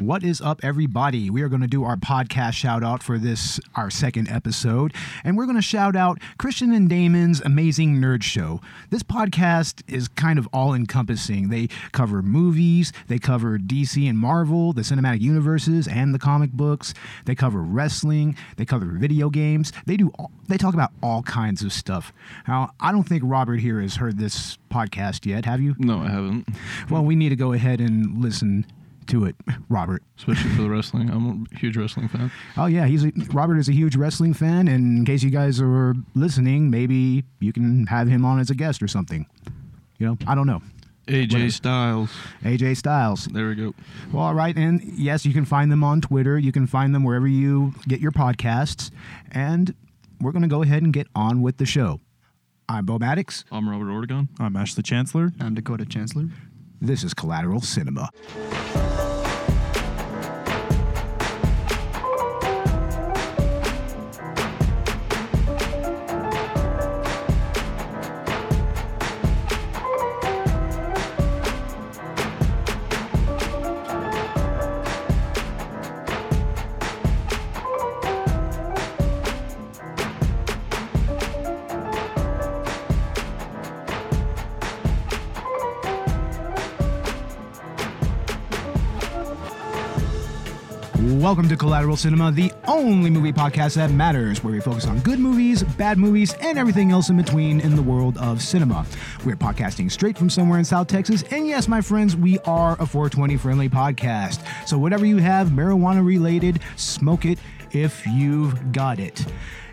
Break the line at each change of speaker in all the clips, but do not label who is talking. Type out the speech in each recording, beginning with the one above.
What is up, everybody? We are going to do our podcast shout out for this, our second episode, and we're going to shout out Christian and Damon's Amazing Nerd Show. This podcast is kind of all encompassing. They cover movies, they cover DC and Marvel, the cinematic universes, and the comic books. They cover wrestling, they cover video games. They do. All, they talk about all kinds of stuff. Now, I don't think Robert here has heard this podcast yet. Have you?
No, I haven't.
Well, we need to go ahead and listen to it, Robert.
Especially for the wrestling. I'm a huge wrestling fan.
Oh yeah, he's a, Robert is a huge wrestling fan, and in case you guys are listening, maybe you can have him on as a guest or something. You know, I don't know.
AJ Styles.
AJ Styles.
There we go.
Well, all right, and yes, you can find them on Twitter. You can find them wherever you get your podcasts, and we're going to go ahead and get on with the show. I'm Bo Maddox.
I'm Robert Oregon.
I'm Ashley Chancellor.
I'm Dakota Chancellor.
This is Collateral Cinema. Welcome to Collateral Cinema, the only movie podcast that matters, where we focus on good movies, bad movies, and everything else in between in the world of cinema. We're podcasting straight from somewhere in South Texas, and yes, my friends, we are a 420 friendly podcast. So, whatever you have marijuana related, smoke it if you've got it.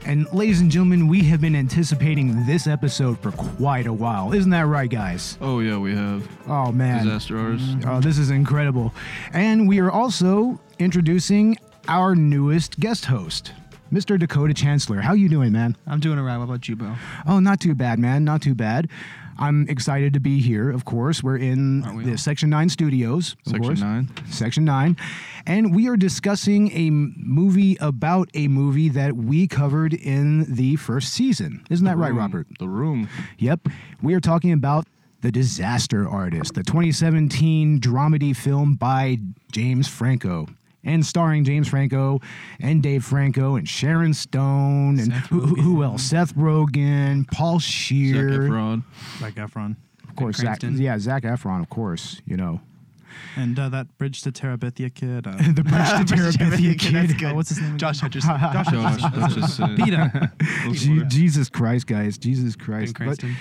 And, ladies and gentlemen, we have been anticipating this episode for quite a while. Isn't that right, guys?
Oh, yeah, we have.
Oh, man.
Disaster Artist.
Oh, this is incredible. And we are also introducing our newest guest host, Mr. Dakota Chancellor. How you doing, man?
I'm doing all right. What about you, Bo?
Oh, not too bad, man. Not too bad. I'm excited to be here, of course. We're in
Aren't we
the
all?
Section 9 studios. Of
Section
course.
9.
Section 9. And we are discussing a m- movie about a movie that we covered in the first season. Isn't that right,
Room.
Robert?
The Room.
Yep. We are talking about The Disaster Artist, the 2017 dramedy film by James Franco. And starring James Franco and Dave Franco and Sharon Stone and
Seth
who, who- who else? Seth Rogen, Paul
Zac
Shear,
Efron.
Zach Efron.
of course,
and
Zach,
Cranston.
yeah, Zach Efron, of course, you know.
And uh, that Bridge to Terabithia kid. Uh,
The Bridge to Terabithia kid.
That's good.
Oh, what's his name?
Josh Hutcherson. Josh
Josh Hutcherson.
Peter.
Je- Jesus Christ, guys, Jesus Christ.
Ben Cranston.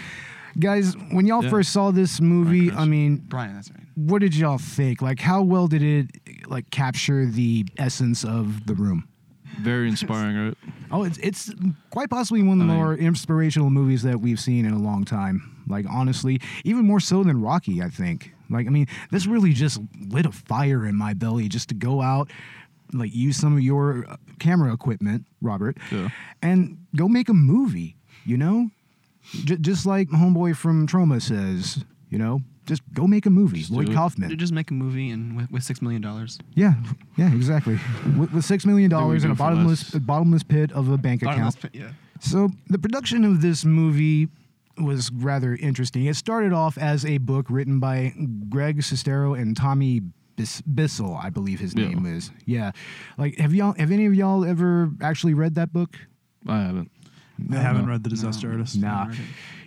But guys, when y'all
Yeah.
first saw this movie, I
Cranston.
mean,
Brian, that's right.
what did y'all think? Like, how well did it like capture the essence of the room?
Very inspiring, right?
Oh, it's it's quite possibly one of the
I mean-
more inspirational movies that we've seen in a long time. Like, honestly, even more so than Rocky, I think. Like, I mean, this really just lit a fire in my belly just to go out, like, use some of your uh, camera equipment, Robert,
Yeah.
and go make a movie. You know, J- just like homeboy from Trauma says. You know, just go make a movie.
Just
Lloyd
do it.
Kaufman.
Dude, just make a movie and with, with six million dollars.
Yeah, yeah, exactly. With, with six million
we
dollars in
do
a
for less.
bottomless a bottomless pit of a bank account.
Yeah.
So the production of this movie was rather interesting. It started off as a book written by Greg Sestero and Tommy Bis- Bissell, I believe his
Yeah.
name is. Yeah, like have y'all have any of y'all ever actually read that book?
I haven't.
I haven't read The Disaster Artist.
Nah,
read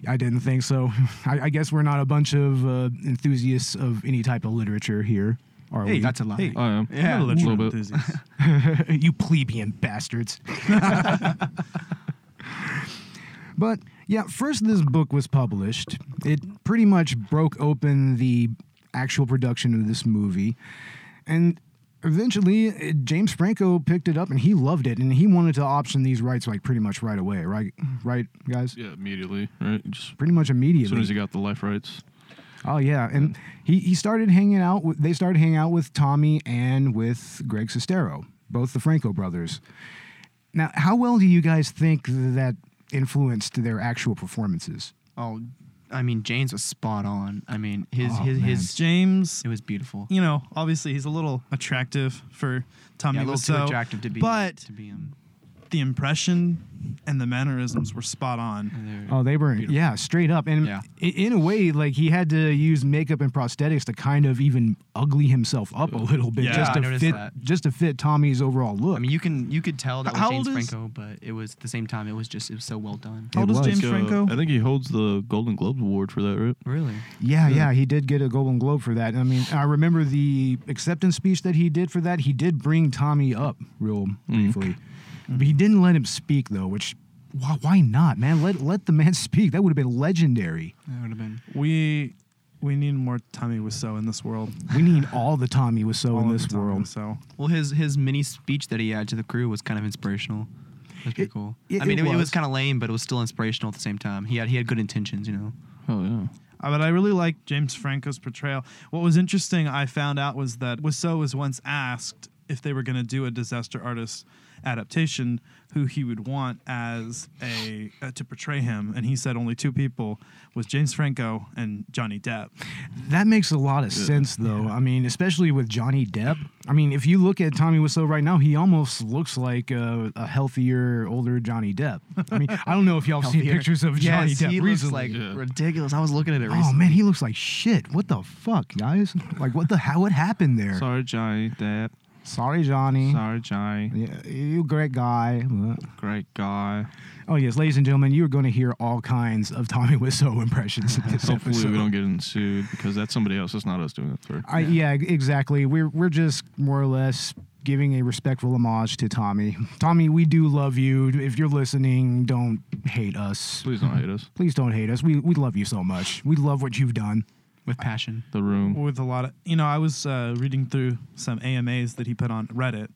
I didn't think so. I, I guess we're not a bunch of uh, enthusiasts of any type of literature here, are we?
that's a lie.
Hey,
I am.
Yeah,
yeah, a
a
little
little bit.
enthusiast.
you plebeian bastards. but yeah, first this book was published. It pretty much broke open the actual production of this movie. And eventually it, James Franco picked it up and he loved it and he wanted to option these rights like pretty much right away, right? Right, guys?
Yeah, immediately, right? Just
Pretty much immediately.
as soon as he got the life rights.
Oh yeah, and he, he started hanging out. With, they started hanging out with Tommy and with Greg Sestero, both the Franco brothers. Now, how well do you guys think that influenced their actual performances?
Oh, I mean, James was spot on. I mean, his
Oh,
his
man.
his.
James,
It was beautiful.
you know, obviously he's a little attractive for Tommy
yeah, a little
Wiseau,
too attractive to be.
But
to be him.
the impression and the mannerisms were spot on.
Oh, they were yeah, straight up, and
Yeah.
i- in a way, like he had to use makeup and prosthetics to kind of even ugly himself up a little bit
Yeah,
just
I
to
noticed
fit
that.
just to fit Tommy's overall look.
I mean, you can you could tell that
How
was James
old is-
Franco, but it was at the same time it was just it was so well done.
How old is
was.
James
Uh,
Franco?
I think he holds the Golden Globe Award for that, right?
Really?
yeah,
Hmm.
yeah, he did get a Golden Globe for that. I mean, I remember the acceptance speech that he did for that. He did bring Tommy up real
Mm.
briefly,
Mm-hmm.
but he didn't let him speak though. Which why, why not, man? Let let the man speak. That would have been legendary.
That would have been.
We we need more Tommy Wiseau in this world.
We need all the Tommy was so
All
in
of
this
Tommy
world.
Wiseau.
Well, his his mini speech that he had to the crew was kind of inspirational. That's pretty
It-
cool.
it-
I mean,
it
it, it
was.
was kind of lame, but it was still inspirational at the same time. He had he had good intentions, you know.
Oh yeah.
Uh, but I really like James Franco's portrayal. What was interesting I found out was that Wiseau was once asked if they were going to do a disaster artist adaptation, who he would want as a uh, to portray him, and he said only two people was James Franco and Johnny Depp.
That makes a lot of sense, though. I mean, especially with Johnny Depp. I mean, if you look at Tommy Wiseau right now, he almost looks like a, a healthier, older Johnny Depp. I mean, I don't know if y'all have seen
Healthier.
pictures of Johnny
yes,
Depp
he looks
recently.
like
Yeah.
ridiculous. I was looking at it
oh
recently.
man, he looks like shit. What the fuck, guys? Like, what the how? What happened there? Sorry,
Sorry, Johnny. That.
Johnny.
Sorry, Johnny.
Yeah, you great guy.
Great guy.
Oh yes, ladies and gentlemen, you are going to hear all kinds of Tommy Wiseau impressions. in this
Hopefully
episode.
we don't get ensued because that's somebody else. That's not us doing it. Sorry.
I, yeah. exactly. We're we're just more or less giving a respectful homage to Tommy. Tommy, we do love you. If you're listening, don't hate us.
Please don't hate us.
Please don't hate us. We we love you so much. We love what you've done.
With passion.
The room.
With a lot of, you know, I was uh, reading through some AMAs that he put on Reddit.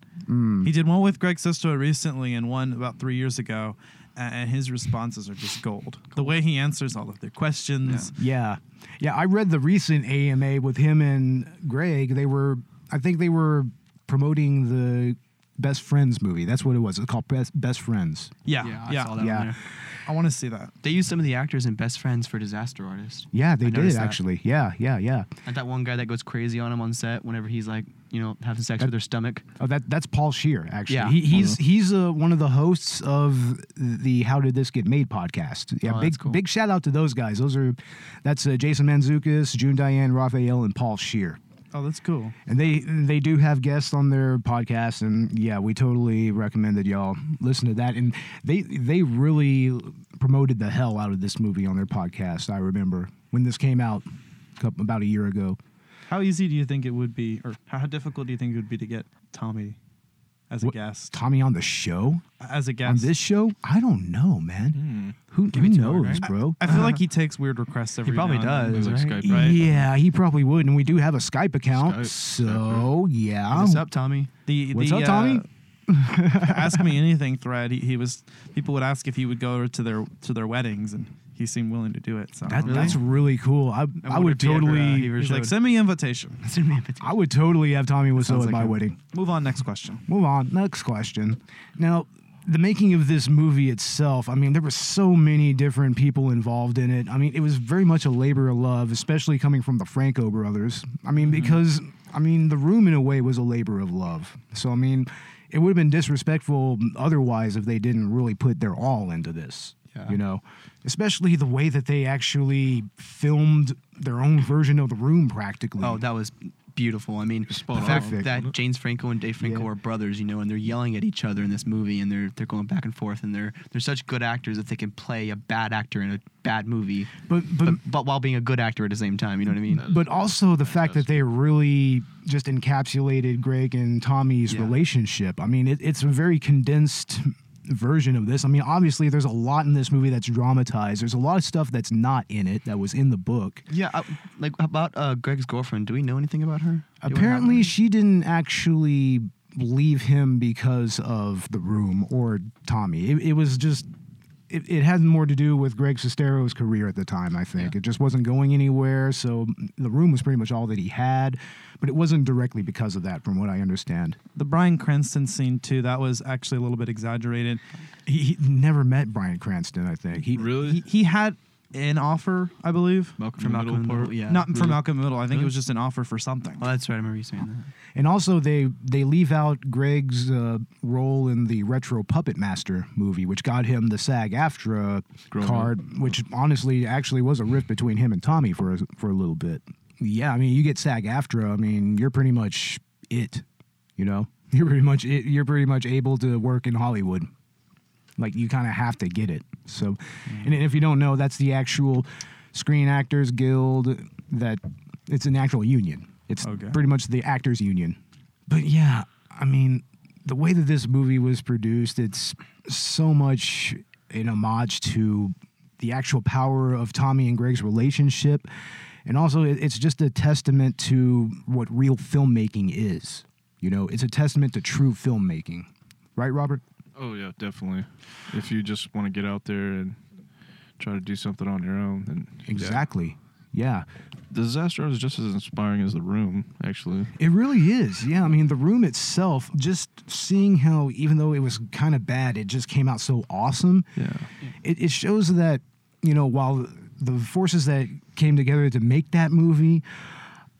He did one with Greg Sestero recently and one about three years ago, a- and his responses are just gold. The way he answers all of their questions.
Yeah. Yeah, I read the recent AMA with him and Greg. They were I think they were promoting the Best Friends movie. That's what it was. It's called Best, Best Friends.
Yeah,
Yeah,
yeah.
I saw that
Yeah.
on there.
I want to see that.
They used some of the actors in Best Friends for Disaster Artist.
Yeah,
I
they did
noticed that.
actually. Yeah, yeah, yeah.
And that one guy that goes crazy on him on set whenever he's like, you know, having sex with her stomach.
Oh, that that's Paul Shear. Actually,
Yeah. Mm-hmm.
he, he's he's uh, one of the hosts of the "How Did This Get Made" podcast. Yeah,
Oh,
big
that's cool.
big shout out to those guys. Those are that's uh, Jason Manzukis, June Diane Raphael, and Paul Shear.
Oh, that's cool.
And they they do have guests on their podcast, and yeah, we totally recommend that y'all listen to that. And they they really promoted the hell out of this movie on their podcast. I remember when this came out a couple- about a year ago.
How easy do you think it would be, or how difficult do you think it would be to get Tommy as a
What-
guest?
Tommy on the show
As a guest,
on this show, I don't know,
Hmm.
man. Who, who knows,
right?
bro?
I feel like he takes weird requests every.
probably
now and then.
does.
Like
right?
Skype, right?
Yeah, he probably would. And we do have a Skype account.
Skype,
so, yeah.
What's up, Tommy?
The,
Um, What's
the,
up, Tommy?
uh, ask me anything thread. He, he was. People would ask if he would go to their to their weddings, and he seemed willing to do it. So I
That,
don't know.
That's really cool. I, I, would totally.
He's uh, like, send me invitation.
send me a picture.
I would totally have Tommy Wiseau at
sounds like
my
him.
wedding.
Move on. Next question.
Move on. Next question. Now, the making of this movie itself, I mean, there were so many different people involved in it. I mean, it was very much a labor of love, especially coming from the Franco brothers. I mean,
Mm-hmm.
because, I mean, the room in a way was a labor of love. So, I mean, it would have been disrespectful otherwise if they didn't really put their all into this.
Yeah.
You know, especially the way that they actually filmed their own version of the room practically.
Oh, that was beautiful. I mean,
Spot
the fact
Mm. on.
that James Franco and Dave Franco
Yeah.
are brothers, you know, and they're yelling at each other in this movie, and they're they're going back and forth, and they're they're such good actors that they can play a bad actor in a bad movie,
But- but-
but while being a good actor at the same time, you know what I mean?
but also the fact that they really just encapsulated Greg and Tommy's
Yeah.
relationship. I mean, it, it's a very condensed version of this. I mean, obviously, there's a lot in this movie that's dramatized. There's a lot of stuff that's not in it that was in the book.
yeah, I, like about uh, Greg's girlfriend. Do we know anything about her? Do we have
Apparently,
her?
she didn't actually leave him because of the room or Tommy. It, it was just. It, it had more to do with Greg Sestero's career at the time, I think.
Yeah.
It just wasn't going anywhere, so the room was pretty much all that he had, but it wasn't directly because of that, from what I understand.
The Brian Cranston scene too. That was actually a little bit exaggerated.
He, he never met Brian Cranston, I think. He,
Really?
He, he had an offer, I believe.
Malcolm
From
in the
Malcolm
Middle
in the
part.
Middle, yeah.
Not for
Really?
Malcolm in the Middle. I think
Really?
it was just an offer for something.
Oh, that's right. I remember you saying that.
And also, they they leave out Greg's uh, role in the retro Puppet Master movie, which got him the SAG-AFTRA
Growing
card, which honestly actually was a rift between him and Tommy for a, for a little bit. Yeah, I mean, you get SAG-AFTRA, I mean, you're pretty much it. You know, you're pretty much it, you're pretty much able to work in Hollywood. Like you kind of have to get it. So, and if you don't know, that's the actual Screen Actors Guild. That it's an actual union. It's
Okay.
pretty much the actors union. But yeah, I mean, the way that this movie was produced, it's so much an homage to the actual power of Tommy and Greg's relationship. And also, it- it's just a testament to what real filmmaking is. You know, it's a testament to true filmmaking. Right, Robert?
Oh yeah, definitely. If you just want to get out there and try to do something on your own, then
Exactly. yeah.
The disaster Artist is just as inspiring as the room, actually.
It really is. Yeah. I mean, the room itself, just seeing how, even though it was kind of bad, it just came out so awesome.
Yeah.
It, it shows that, you know, while the forces that came together to make that movie,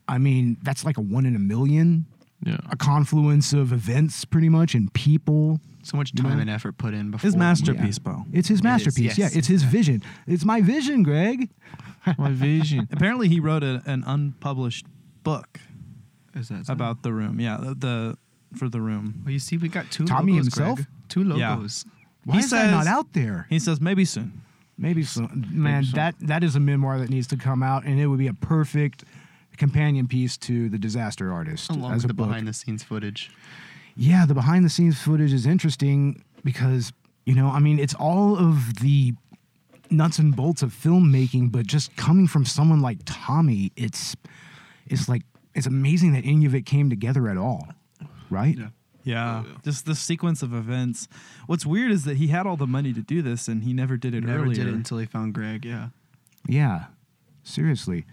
I mean, that's like a one in a million,
Yeah.
a confluence of events pretty much and people.
So much
You know?
time and effort put in before.
His masterpiece, Bo.
It's his masterpiece.
yes.
Yeah. It's his vision. It's my vision, Greg.
My vision.
Apparently, he wrote a, an unpublished book
Is that so?
about the room. Yeah, the, the for the room.
Well, you see, we got two.
Tommy
logos,
himself?
Greg. Two
Yeah.
logos.
Why
He
is that not
says-
out there?
He says maybe soon.
Maybe so. Man,
so.
that that is a memoir that needs to come out, and it would be a perfect companion piece to the Disaster Artist
Along
as
with
a
the
book.
behind the scenes footage.
yeah, the behind the scenes footage is interesting because you know, I mean, it's all of the nuts and bolts of filmmaking, but just coming from someone like Tommy, it's it's like it's amazing that any of it came together at all, right?
Yeah.
Yeah, just the sequence of events. What's weird is that he had all the money to do this and he never did it
Never
earlier.
did it until he found Greg. Yeah.
Yeah, seriously.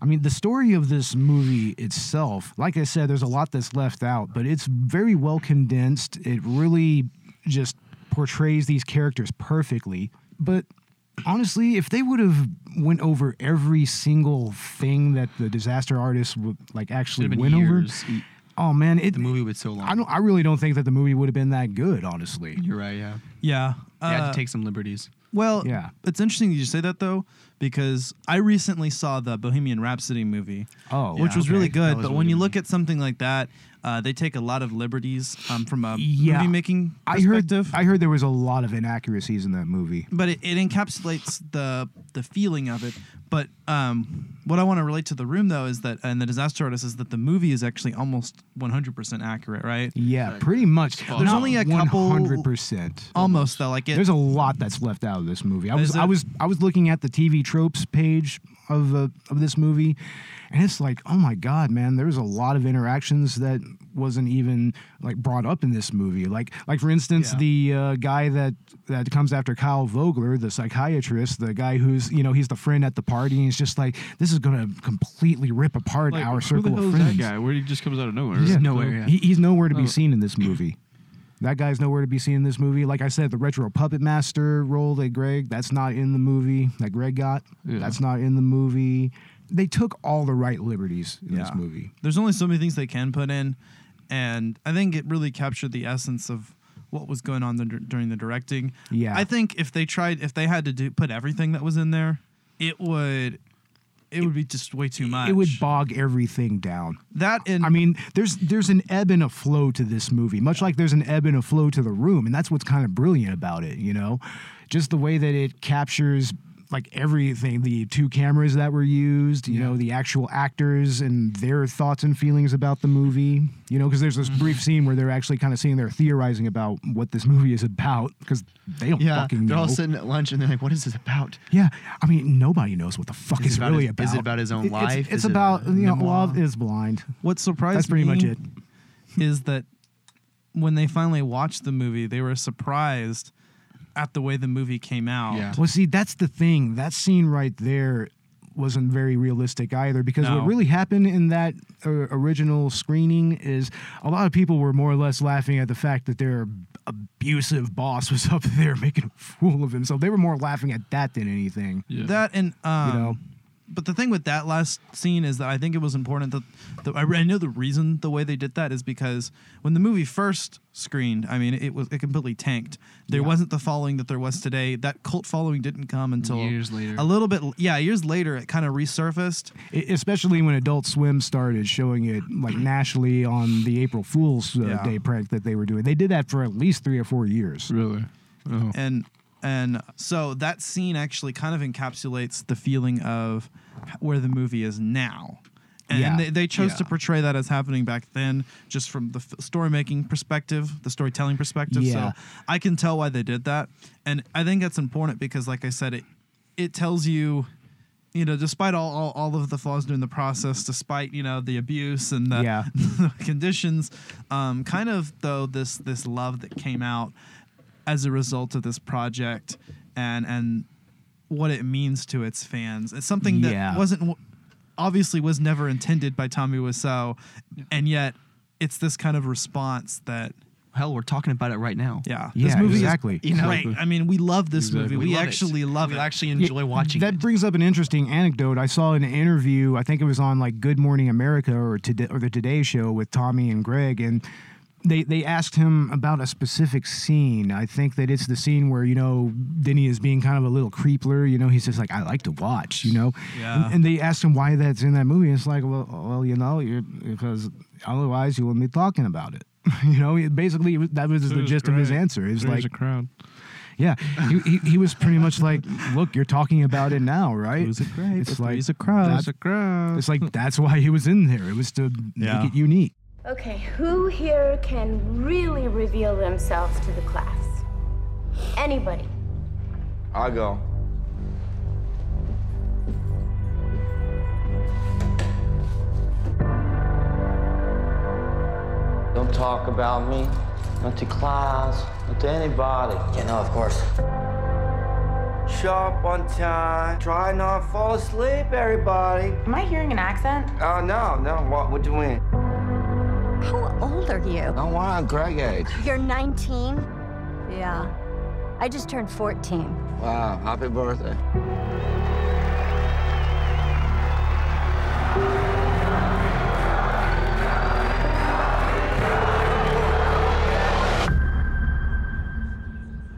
I mean, the story of this movie itself, like I said, there's a lot that's left out, but it's very well condensed. It really just portrays these characters perfectly. But honestly, if they would have went over every single thing that the disaster artist would like actually
Should have
went
been years.
over, oh man, it.
The movie was so long.
I don't. I really don't think that the movie would have been that good, honestly.
You're right. Yeah.
Yeah,
They had
uh,
to take some liberties.
Well,
Yeah.
it's interesting you say that though, because I recently saw the Bohemian Rhapsody movie.
Oh,
which
yeah,
was
okay.
really
That
good.
was
but
a
when
really
you
good
look at something like that, uh, they take a lot of liberties um, from a
Yeah.
movie making
I heard.
perspective.
I heard there was a lot of inaccuracies in that movie.
but it, it encapsulates the the feeling of it. But um, what I want to relate to the room though is that and the disaster artist is that the movie is actually almost 100% accurate, right?
Yeah, pretty much.
There's only a couple-
Hundred percent.
Oh,
Almost though, like it.
There's a lot that's left out of this movie. I was
There's a-
I was I was looking at the TV tropes page of uh, of this movie, and it's like, oh my god, man, there's a lot of interactions that wasn't even like brought up in this movie. Like like for instance,
Yeah.
the uh, guy that that comes after Kyle Vogler, the psychiatrist, the guy who's you know he's the friend at the party, and he's just like, this is gonna completely rip apart
Like,
our
who the
circle
hell
of
is
friends.
that guy? Where he just comes out of nowhere.
Yeah.
So-
nowhere, yeah.
He, he's nowhere to be
Oh.
seen in this movie. That guy's nowhere to be seen in this movie. Like I said, the retro puppet master role that Greg, that's not in the movie that Greg got.
Yeah.
That's not in the movie. They took all the right liberties in this
Yeah.
movie.
there's only so many things they can put in, and I think it really captured the essence of what was going on the, during the directing.
Yeah.
I think if they tried, if they had to do put everything that was in there, it would, it, would be just way too much.
It would bog everything down.
that and
I mean, there's there's an ebb and a flow to this movie, much like there's an ebb and a flow to the room, and that's what's kind of brilliant about it, you know, just the way that it captures like everything the two cameras that were used you know the actual actors and their thoughts and feelings about the movie you know because there's this brief scene where they're actually kind of sitting there theorizing about what this movie is about because they don't
Yeah.
fucking
They're
know
all sitting at lunch and they're like, "What is this about?"
yeah i mean nobody knows what the fuck
Is
it's
it about
really
his-
about
is it about his own
It- it's-
life?
it's,
Is it
about
a
you know
memoir?
love is blind
what surprised
that's pretty much
me
it
is that when they finally watched the movie, they were surprised at the way the movie came out.
Yeah.
Well, see, that's the thing. That scene right there wasn't very realistic either because
No.
what really happened in that uh, original screening is a lot of people were more or less laughing at the fact that their abusive boss was up there making a fool of himself. They were more laughing at that than anything.
Yeah.
That and um,
know?
but the thing with that last scene is that I think it was important that the, I, I know the reason the way they did that is because when the movie first screened, I mean, it was it completely tanked. There wasn't the following that there was today. That cult following didn't come until
Years later.
A little bit, yeah, years later, it kind of resurfaced.
E- especially when Adult Swim started showing it like nationally on the April Fool's uh,
Yeah.
Day prank that they were doing. They did that for at least three or four years.
really. Oh.
Mm.
and and so that scene actually kind of encapsulates the feeling of where the movie is now and
Yeah.
they, they chose to
Yeah.
portray that as happening back then just from the f- story making perspective the storytelling perspective
Yeah.
so i can tell why they did that and i think that's important because like i said it it tells you you know despite all all, all of the flaws during the process despite you know the abuse and the,
Yeah.
the conditions um kind of though this this love that came out as a result of this project and and what it means to its fans. It's something that
Yeah.
wasn't w- obviously was never intended by Tommy Wiseau, and yet it's this kind of response that
Hell, we're talking about it right now.
yeah,
Yeah,
this movie
exactly.
is you know, great.
Exactly.
I mean, we love this
Exactly.
movie. We,
love it.
actually love
we
it.
actually enjoy watching
that
it.
brings up an interesting anecdote. I saw an interview. I think it was on like Good Morning America or today or the Today Show with Tommy and Greg, and they they asked him about a specific scene. I think that it's the scene where you know Denny is being kind of a little creepler. You know, he's just like I like to watch. You know,
Yeah.
and, and they asked him why that's in that movie. It's like well, well, you know, you're, because otherwise you wouldn't be talking about it. You know, it basically, it was- that was the
was
gist of his
great.
answer. It was
There's
like,
a crowd.
yeah, he, he, he was pretty much like, "Look, you're talking about it now, right?"
Who's a crowd?
It's like
Who's a crowd?
that-
There's a crowd.
it's like that's why he was in there. It was to
Yeah.
make it unique.
Okay, who here can really reveal themselves to the class? Anybody?
I'll go.
Don't talk about me, not to class, not to anybody.
Yeah, no, of course.
Show up on time. Try not to fall asleep, everybody.
Am I hearing an accent?
Oh no, no. What? What you mean?
How old are you?
No, why not Greg age?
You're 19? Yeah. I just turned 14.
Wow, happy birthday.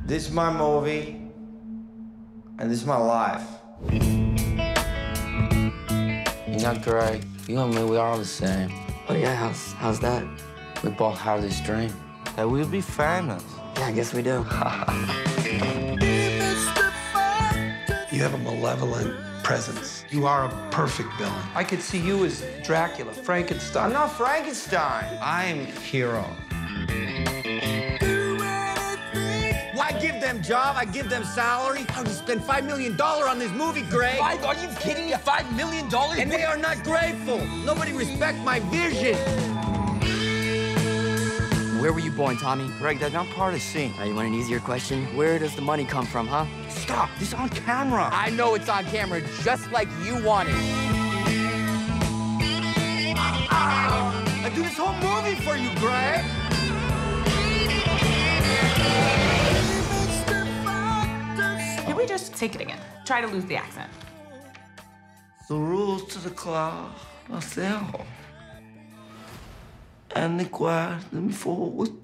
This is my movie, and this is my life.
You're not Greg. You and me, we are the same. Oh yeah, how's, how's that? We both have this dream.
That we'll be famous.
Yeah, I guess we do.
You have a malevolent presence. You are a perfect villain. I could see you as Dracula,
I'm
Frankenstein.
not Frankenstein. I'm hero. Why give them job? I give them salary. I would spend five million dollar on this movie, Greg.
Five, are you kidding me? Five million dollars?
And they are not grateful. Nobody respect my vision.
Where were you born, Tommy?
Greg, that's not part of scene.
Now you want an easier question? Where does the money come from, huh?
Stop. This on camera.
I know it's on camera, just like you wanted.
I do this whole movie for you, Greg.
Can we just take it again? Try to lose the accent.
The rules to the club are simple. And the guardem forward.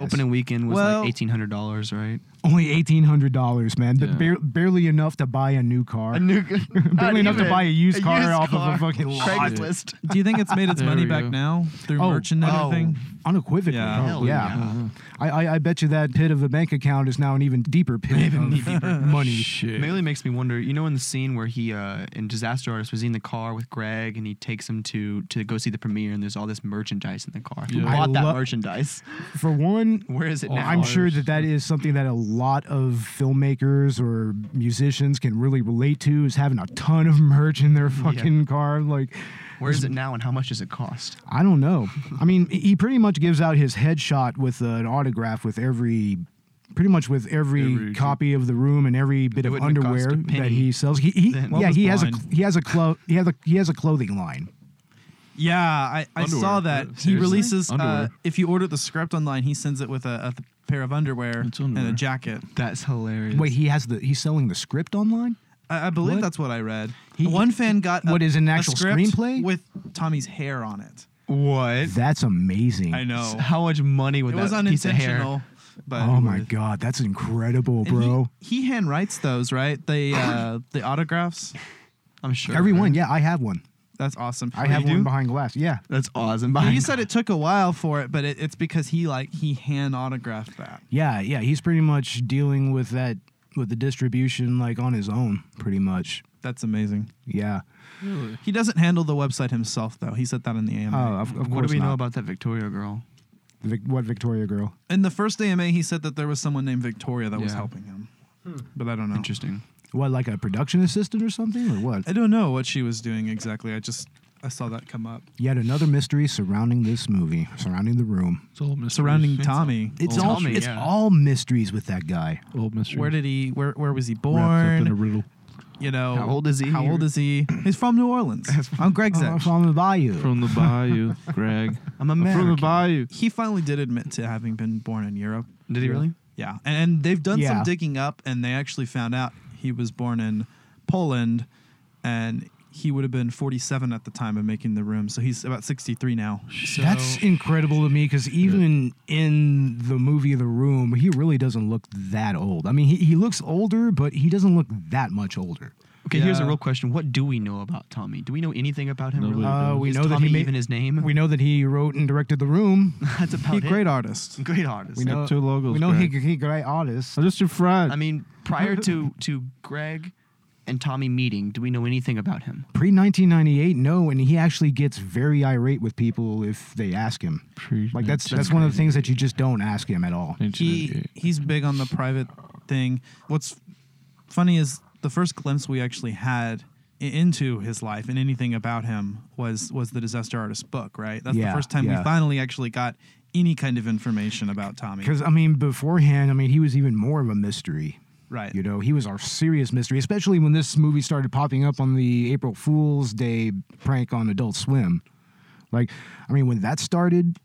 Opening weekend was
Well-
like eighteen hundred dollars, right?
Only eighteen hundred dollars, man, but
Yeah.
bar- barely enough to buy a new car. A new, barely enough to buy a used car off of a fucking lot.
Craigslist.
Do you think it's made its
There
money
we
back
go.
now through
Oh,
merch and everything?
Unequivocally, Oh,
Yeah.
yeah.
Hell
I, I, I bet you that pit of a bank account is now an even deeper pit of money.
Shit.
Mainly makes me wonder. You know, in the scene where he uh, in Disaster Artist was he in the car with Greg, and he takes him to to go see the premiere, and there's all this merchandise in the car. Who
Yeah.
I
bought that
lo-
merchandise?
For one,
Where is it
Well,
now?
I'm sure that that is something that a lot of filmmakers or musicians can really relate to is having a ton of merch in their fucking car. Like,
Where is it now, and how much does it cost?
I don't know. I mean, he pretty much gives out his headshot with uh, an autograph with every, pretty much with every, copy of the room and every bit of
wouldn't cost
underwear
a penny
that he sells. He, he
then.
yeah,
Love
he
is
has a
blind.
he has a clo- he has a he has a clothing line.
Yeah, I, I
Underwear.
saw that.
Yeah,
he
seriously?
releases, uh,
Underwear.
if you order the script online, he sends it with a, a th- pair of underwear, and
underwear.
a jacket.
That's hilarious.
Wait, he has the he's selling the script online.
I, I believe
What?
that's what I read.
He-
One fan got a,
What is it, an
a
actual
script
screenplay?
with Tommy's hair on it.
what?
That's amazing.
I know.
How much money would
It
that
was
piece of hair?
unintentional, but
Oh my god, that's incredible,
And he-
bro.
He, hand writes those, right? The uh, the autographs.
I'm sure.
Everyone, yeah, I have one.
That's awesome.
I have
You
one
do?
behind glass. Yeah.
That's awesome.
Yeah, You said it took a while for it, but it, it's because he like he hand autographed that.
Yeah, yeah, he's pretty much dealing with that with the distribution like on his own pretty much.
That's amazing.
Yeah.
He doesn't handle the website himself though. He said that in the AMA.
Oh, of, of course
What do we
not.
know about that Victoria girl?
Vic- what Victoria girl?
in the first AMA, he said that there was someone named Victoria that was
Yeah.
helping him, but I don't know.
Interesting.
What like a production assistant or something or what?
I don't know what she was doing exactly. I just I saw that come up
Yet another mystery surrounding this movie, surrounding the room.
It's all mystery.
surrounding Tommy.
It's
Old
all
Tommy,
it's
yeah.
all mysteries with that guy.
Old mystery.
Where did he? Where Where was he
Wrapped up in a
born?
riddle
You know.
How old is he?
How old is he? He's from New Orleans. I'm Greg's
Oh,
age.
from the bayou.
from the bayou, Greg.
I'm a
I'm
man.
from the bayou.
He finally did admit to having been born in Europe.
Did he really?
Yeah, and, and they've done
Yeah.
some digging up, and they actually found out he was born in Poland, and he would have been 47 at the time of making the room, so he's about 63 now. So
That's incredible to me because even in the movie The Room, he really doesn't look that old. I mean, he, he looks older, but he doesn't look that much older.
Okay, here's a
Yeah.
real question. What do we know about Tommy? Do we know anything about him?
Nobody
Really?
Uh,
we
Is
know that he
Tommy
ma-
even his name.
We know that he wrote and directed The Room.
That's about
he
it.
great artist.
Great artist.
We know
two logos,
We know he,
Greg.
he great artist.
I'm just your friend.
I mean, prior to to Greg and Tommy meeting, do we know anything about him?
Pre 1998, no, and he actually gets very irate with people if they ask him.
Pre-
Like that's that's one of the things that you just don't ask him at all.
He he's big on the private thing. What's funny is the first glimpse we actually had i- into his life and anything about him was was the disaster artist book, right? That's
Yeah,
the first time
yeah.
we finally actually got any kind of information about Tommy.
Because I mean, beforehand, I mean, he was even more of a mystery.
Right.
You know, he was our serious mystery, especially when this movie started popping up on the April Fool's Day prank on Adult Swim. Like, I mean, when that started,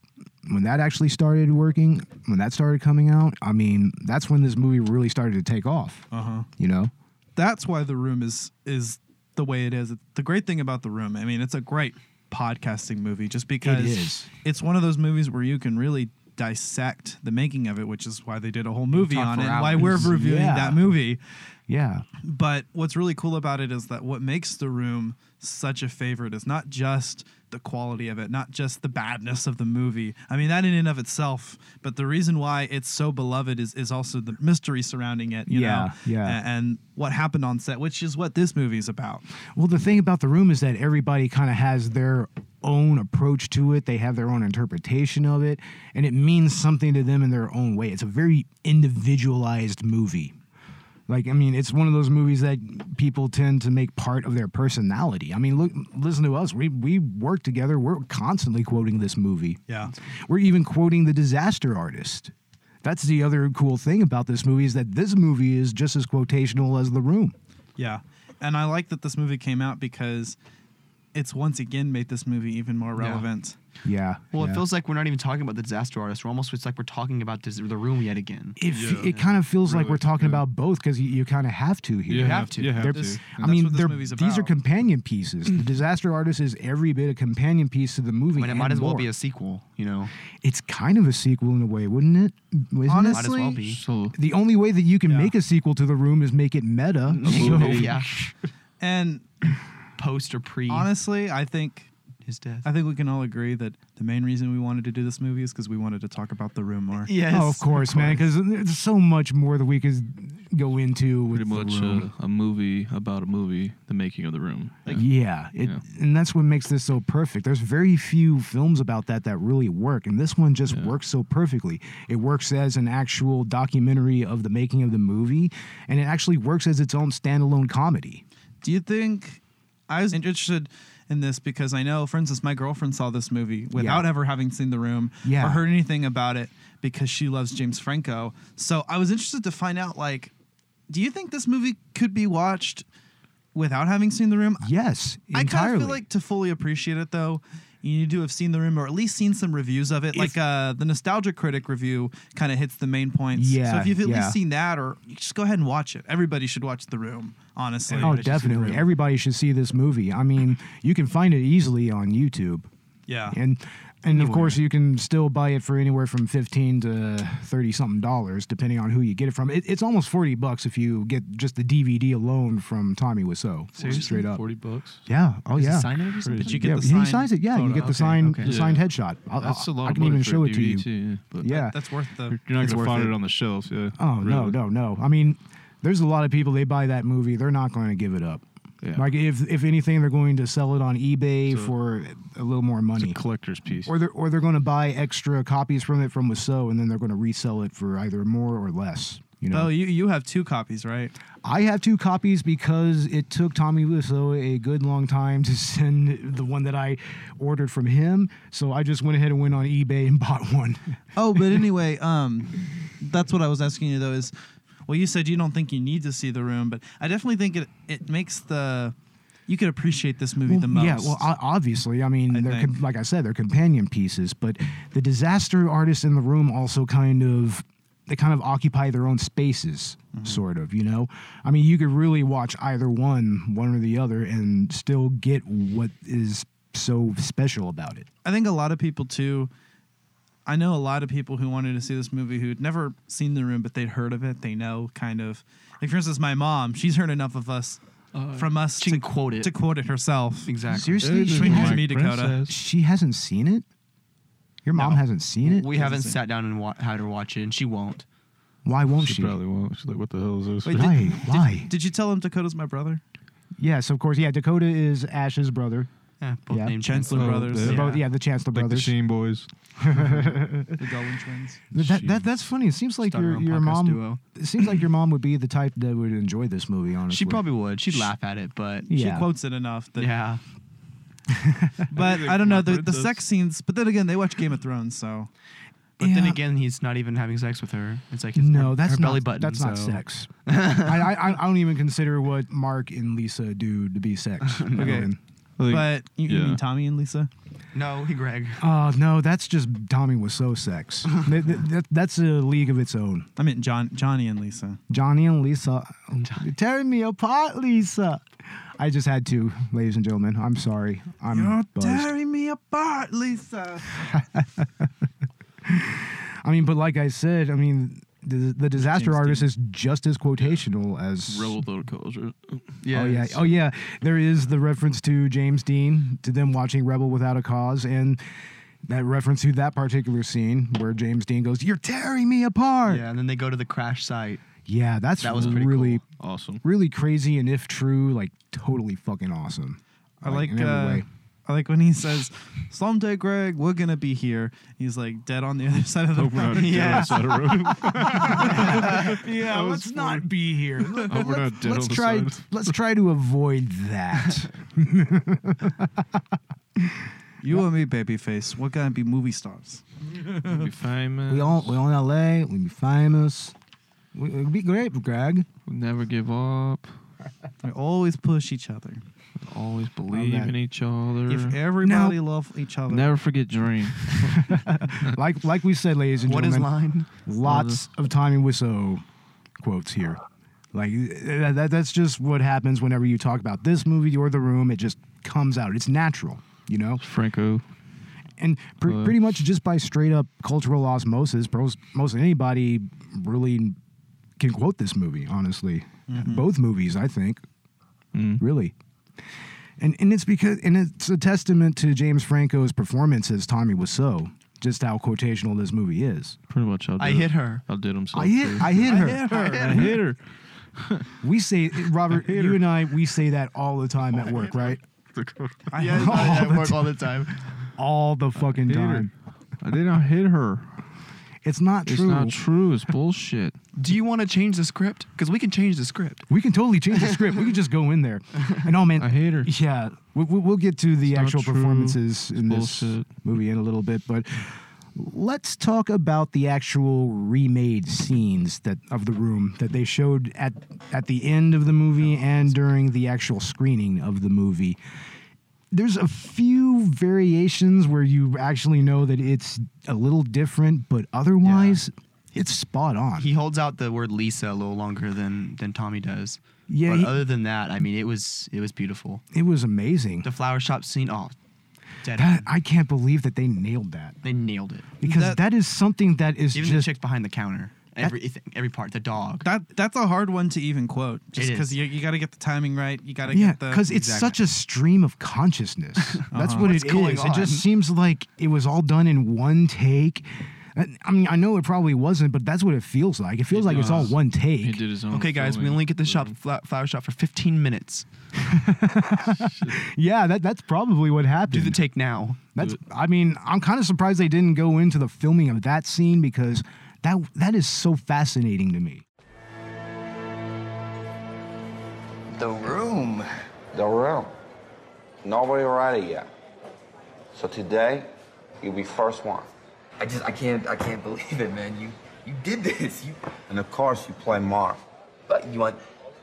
when that actually started working, when that started coming out, I mean, that's when this movie really started to take off. Uh huh. You know,
that's why the room is is the way it is. The great thing about the room, I mean, it's a great podcasting movie just because
is.
it's one of those movies where you can really dissect the making of it, which is why they did a whole movie
Talk
on
for
it, and why
hours.
we're reviewing
Yeah.
that movie.
yeah,
But what's really cool about it is that what makes the room such a favorite is not just the quality of it, not just the badness of the movie. I mean, that in and of itself, but the reason why it's so beloved is, is also the mystery surrounding it, you
Yeah,
know?
yeah.
a- And, what happened on set, which is what this movie's about.
Well, the thing about the room is that everybody kind of has their own approach to it. They have their own interpretation of it, and it means something to them in their own way. It's a very individualized movie. Like, I mean, it's one of those movies that people tend to make part of their personality. I mean, look, listen to us. We we work together. We're constantly quoting this movie.
Yeah.
We're even quoting the disaster artist. That's the other cool thing about this movie is that this movie is just as quotational as The Room.
Yeah. And I like that this movie came out because it's once again made this movie even more
Yeah.
relevant.
Yeah.
Well,
yeah.
it feels like we're not even talking about the disaster artist. We're almost it's like we're talking about this, the room yet again.
it, f- it kind of feels like
Really,
we're talking
yeah.
about both because you, you kind of have to here.
You
have to.
You have
They're-
to.
I
That's
mean,
what this
they're,
movie's
these are
about.
companion pieces. the Disaster Artist is every bit a companion piece to the movie.
I mean, it
and
might as well
more.
be a sequel. You know,
It's kind of a sequel in a way, wouldn't it? Isn't it?
might as well be.
So
The only way that you can
Yeah.
make a sequel to The Room is make it meta.
So,
So-
yeah,
And
post or pre
honestly, I think
his death.
I think we can all agree that the main reason we wanted to do this movie is because we wanted to talk about the room more.
yes,
oh, of course, man, because there's so much more that we could go into with
pretty
The
much
Room.
uh, a movie about a movie, the making of the room.
Yeah, it,
Yeah.
and that's what makes this so perfect. There's very few films about that that really work, and this one just works so perfectly. It works as an actual documentary of the making of the movie, and it actually works as its own standalone comedy.
Do you think I was interested in this because I know, for instance, my girlfriend saw this movie without ever having seen The Room
Yeah.
or heard anything about it because she loves James Franco. So I was interested to find out, like, do you think this movie could be watched without having seen The Room?
Yes,
I kind of
entirely.
feel like to fully appreciate it though. You need to have seen the room or at least seen some reviews of it. like uh, the Nostalgia Critic review kind of hits the main points. so
Yeah,
if you've at
yeah.
least seen that or you just go ahead and watch it. Everybody should watch The Room, honestly.
Oh, definitely. Everybody should see this movie. I mean, you can find it easily on YouTube.
Yeah.
And and of course you can still buy it for anywhere from 15 to 30 something dollars depending on who you get it from. It, it's almost 40 bucks if you get just the DVD alone from Tommy Wiseau. Straight up.
forty bucks.
Yeah. Oh
Does he
yeah.
sign it or something?
Did you get
yeah,
the
he
signed
signs it. Yeah, you
photo?
get the
Okay,
signed
okay.
the signed headshot. I'll,
That's a
I'll-
lot.
I
of
can even
money for a
show it to
DVD
you.
Too, yeah, but
Yeah.
That's worth the.
You're not
It's
gonna
worth
find it.
it.
on the shelf. Yeah.
Oh no,
really.
no, no. I mean, there's a lot of people they buy that movie, they're not going to give it up.
Yeah.
Like if if anything, they're going to sell it on eBay for a little more
It's a
money.
collector's piece.
or they're or they're going to buy extra copies from it from Wiseau, and then they're going to resell it for either more or less. You know,
Oh, you you have two copies, right?
I have two copies because it took Tommy Wiseau a good long time to send the one that I ordered from him. So I just went ahead and went on eBay and bought one.
Oh, but anyway, um, that's what I was asking you though. Is well, you said you don't think you need to see the room, but I definitely think it it makes the you could appreciate this movie the most.
Yeah, well, o- obviously, I mean,
I
they're com-
think.
like I said, they're companion pieces, but the disaster artists in the room also kind of they kind of occupy their own spaces, sort of. You know, I mean, you could really watch either one, one or the other, and still get what is so special about it.
I think a lot of people too. I know a lot of people who wanted to see this movie who'd never seen The Room, but they'd heard of it. They know kind of, like for instance, my mom. She's heard enough of us, from us
she
to
can quote it.
to quote it herself.
Exactly.
Seriously, she,
Between you and
hasn't,
me, Dakota.
she hasn't seen it. Your mom hasn't seen it.
We haven't sat down and wa- had her watch it, and she won't.
Why won't
She
she?
probably won't. She's like, what the hell is this?
Wait,
Right.
Why? Why?
Did you tell him Dakota's my brother?
Yes, of course. Yeah, Dakota is Ash's brother.
Yeah, both
Yeah.
named
Chancellor
Chancellor.
Brothers,
yeah.
They're both, yeah, the Chancellor
like the
brothers.
Shane boys.
the Golan twins.
Th- That, that that's funny. It seems like
Start our
your
own
your
podcast
mom.
duo.
It seems like your mom would be the type that would enjoy this movie. Honestly,
She probably would. She'd laugh at it, but
Yeah.
She quotes it enough that.
yeah.
But I don't know the, the sex
princess.
scenes. But then again, they watch Game of Thrones, so
But then
Yeah.
again, he's not even having sex with her. It's like his,
No,
her-
that's
her
not,
belly button.
That's not
so-
sex. I, I I don't even consider what Mark and Lisa do to be sex.
Okay.
I think-
But you, you
yeah.
mean Tommy and Lisa?
No, he Greg.
Oh no, that's just Tommy was so sex. Th- th- that- that's a league of its own.
I meant John, Johnny and Lisa.
Johnny and Lisa, you're tearing me apart, Lisa. I just had to, ladies and gentlemen. I'm sorry. I'm buzzed.
me apart, Lisa.
I mean, but like I said, I mean, the, the disaster
James
artist is just as quotational as
little culture.
Oh yeah, oh yeah. There is the reference to James Dean to them watching Rebel Without a Cause, and that reference to that particular scene where James Dean goes, "You're tearing me apart."
Yeah, and then they go to the crash site.
Yeah, that's
That was pretty
really,
Awesome.
really crazy, and if true, like totally fucking awesome.
I like,
in
uh,
every way.
I like when he says, "Someday, Greg, we're gonna be here." He's like dead on the other side of the
Hope we're not
road.
dead on the side of the road.
Yeah, let's not be here.
Oh,
Hope we're not dead
let's
on the
try.
side.
Let's try to avoid that.
You and me, babyface. We're gonna be movie stars.
Be fine, man.
we all we all in L.A. We be famous. We, it'd be great, Greg.
We'll never give up.
We always push each other.
Always believe
that.
in each other.
If everybody loved each other,
Never forget dream.
Like like we said, ladies and
What is
gentlemen.
line?
lots of Tommy Wiseau quotes here. Like that, that, that's just what happens whenever you talk about this movie or The Room. It just comes out. It's natural, you know.
Franco.
And pr-
Uh,
pretty much just by straight up cultural osmosis, pros- most anybody really can quote this movie. Honestly, both movies, I think, really. And and it's because and it's a testament to James Franco's performance as Tommy Wiseau, just how quotational this movie is.
Pretty much. I'll
I hit her.
I'll did himself.
I hit, I hit her.
I hit her.
We say, Robert, you and I, we say that all the time at work, right?
I yeah,
all the
work all the time.
All the fucking
Hit her.
time.
I did not hit her.
It's not
It's
true.
not true. It's bullshit.
Do you want to change the script? Because we can change the script.
We can totally change the script. We can just go in there. And oh man,
I hate her.
Yeah, we, we, we'll get to the
It's not
actual
true.
performances in this
It's bullshit.
movie in a little bit, but let's talk about the actual remade scenes that of the room that they showed at at the end of the movie and during the actual screening of the movie. There's a few variations where you actually know that it's a little different, but otherwise, it's spot on.
He holds out the word Lisa a little longer than than Tommy does.
Yeah,
But
he-
other than that, I mean, it was it was beautiful.
it was amazing.
The flower shop scene. Oh, dead.
That, I can't believe that they nailed that.
they nailed it.
because
That-
that is something that is
Even
just
the chick behind the counter. Everything, every part. The dog.
That that's a hard one to even quote, just
It is.
because you, you got to get the timing right. You got to
yeah,
get the
because it's such a stream of consciousness. That's what
Uh-huh. What's
it
going
is. It
on?
just seems like it was all done in one take. I I mean, I know it probably wasn't, but that's what it feels like. It feels like it's all
does.
one
He
take.
did his own.
Okay, guys, we
filming.
only get the shop fla- flower shop for 15 minutes.
Yeah, that that's probably what
Do
happened.
the take now.
that's. I mean, I'm kind of surprised they didn't go into the filming of that scene because that that is so fascinating to me.
The room. The room. Nobody ready yet. So today, you'll be first one.
I just, I can't, I can't believe it, man. You, you did this. You,
And of course, you play Mark.
but you want,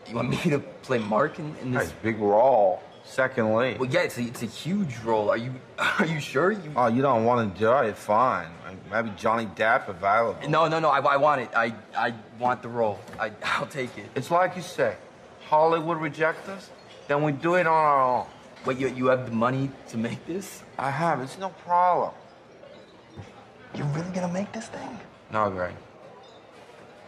you want me to play Mark in, in this?
Nice big role. Second lead.
Well, yeah, it's a, it's a huge role. Are you, are you sure? You,
Oh, you don't want to do it? Fine. Maybe Johnny Depp available.
no, no, no. I, I want it. I, I want the role. I, I'll take it.
It's like you say, Hollywood rejects us, then we do it on our own.
Wait, you, you have the money to make this?
I have. It's no problem. You're really gonna make this thing? No, Greg.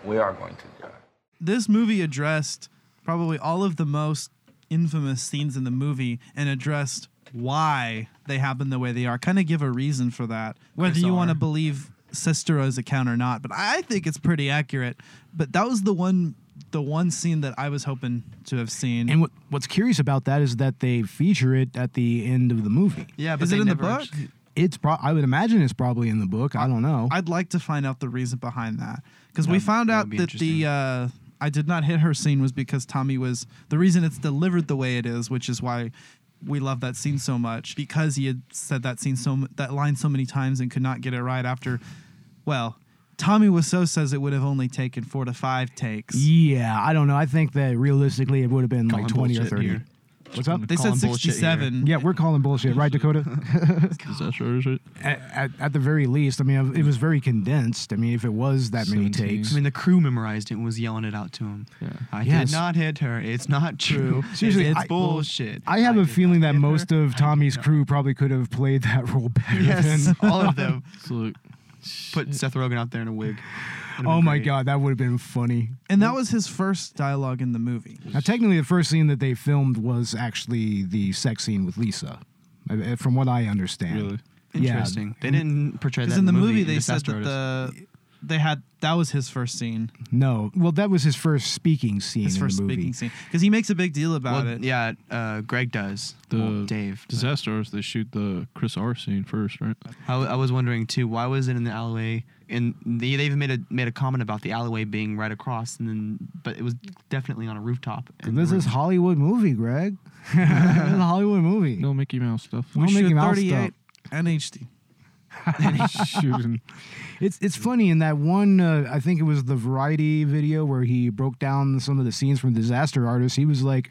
We are going to do it.
this movie addressed probably all of the most infamous scenes in the movie and addressed why they happen the way they are. Kind of give a reason for that, whether you want to believe Cicero's account or not. But I think it's pretty accurate. But that was the one, the one scene that I was hoping to have seen.
And what what's curious about that is that they feature it at the end of the movie.
Yeah, but
is it
they
in the
never
book?
actually-
It's pro- I would imagine it's probably in the book. I don't know.
I'd like to find out the reason behind that because we
That'd-
found
that'd
out
be
that the uh, I did not hit her scene was because Tommy was the reason it's delivered the way it is, which is why we love that scene so much because he had said that scene so m- that line so many times and could not get it right after. Well, Tommy Wiseau says it would have only taken four to five takes.
Yeah, I don't know. I think that realistically it would have been like 20
Calling
or
bullshit
30.
here.
What's up?
They said
Calling bullshit here.
sixty-seven.
yeah, we're calling bullshit, right, Dakota?
Is that true? Is it?
at, at, at the very least, I mean, it was very condensed. I mean, if it was that many
17.
takes,
I mean, the crew memorized it and was yelling it out to him. I
Yes.
did not hit her. It's not true.
Seriously,
it's
I-
bullshit.
I have a
did
feeling
not
that
hit her.
most of Tommy's crew probably could have played that role better
yes,
than.
all of them.
So, like,
Put Seth Rogen out there in a wig. Would've
Oh
been
my
great.
God, that would have been funny.
and that was his first dialogue in the movie.
Now, technically, the first scene that they filmed was actually the sex scene with Lisa, uh, from what I understand.
Really?
Yeah.
Interesting. They didn't portray that
Because in the movie,
in
they said
Disaster
that
Artist.
the they had that was his first scene.
No. Well, that was his first speaking scene
his
in
first
the movie.
speaking scene because he makes a big deal about
well,
it.
yeah, uh, Greg does.
the
Well, Dave. but-
disaster artist, they shoot the Chris R scene first, right?
I, I was wondering too. Why was it in the alleyway? And they, they even made a made a comment about the alleyway being right across, and then but it was definitely on a rooftop. And
This
the
is
roof-
Hollywood movie, Greg. this is a Hollywood movie.
No Mickey Mouse stuff.
We don't make him out
NHD.
shooting.
It's it's funny in that one. Uh, I think it was the Variety video where he broke down some of the scenes from Disaster Artist. He was like,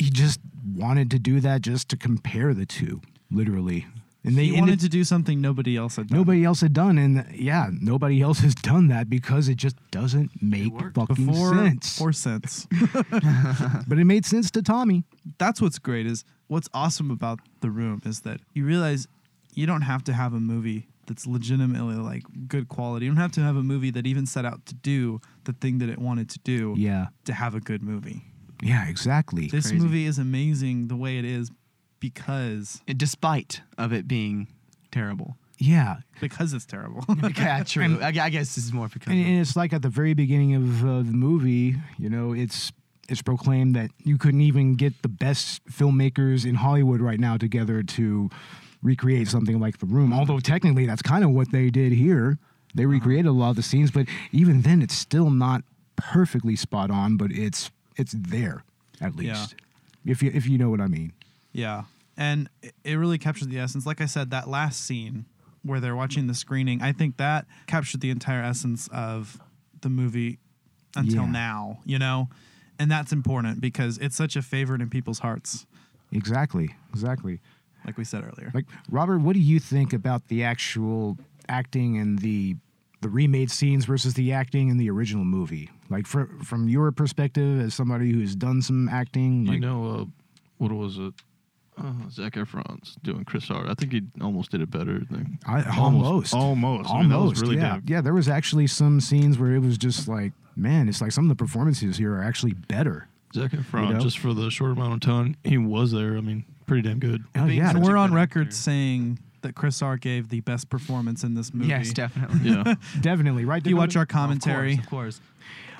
he just wanted to do that just to compare the two, literally. And they
He
and it-
wanted to do something nobody else had done.
nobody else had done, and yeah, nobody else has done that because it just doesn't make fucking
before
sense.
or since.
but it made sense to Tommy.
That's what's great is what's awesome about the room is that you realize you don't have to have a movie that's legitimately like good quality. You don't have to have a movie that even set out to do the thing that it wanted to do.
Yeah.
To have a good movie.
Yeah, exactly.
This
Crazy.
movie is amazing the way it is because
And despite of it being terrible.
yeah,
because it's terrible.
yeah, true. I, I guess this is more because.
And, and it's like at the very beginning of uh, the movie, you know, it's it's proclaimed that you couldn't even get the best filmmakers in Hollywood right now together to recreate something like The Room. Although technically, that's kind of what they did here. They recreated a lot of the scenes, but even then, it's still not perfectly spot on, but it's it's there at
Yeah.
least. If you if you know what I mean.
Yeah. And it- it really captured the essence. Like I said, that last scene where they're watching the screening, I think that captured the entire essence of the movie until
Yeah.
now, you know? And that's important because it's such a favorite in people's hearts,
Exactly. Exactly.
like we said earlier.
Like Robert, what do you think about the actual acting and the the remade scenes versus the acting in the original movie? Like fr from your perspective as somebody who's done some acting,
You
like
know, uh, what was it? Uh, Zac Efron's doing Chris Hard. I think he almost did it better than
I, almost,
almost, almost, I mean, that was
Almost,
really
yeah,
good.
yeah. There was actually some scenes where it was just like, man, it's like some of the performances here are actually better.
Zac Efron.
know?
Just for the short amount of time he was there, I mean, pretty damn good.
Oh, yeah,
and
that's
we're on record saying that Chris R gave the best performance in this movie.
Yes, definitely.
Yeah,
Definitely, right?
You watch
Dakota?
our commentary.
Of course.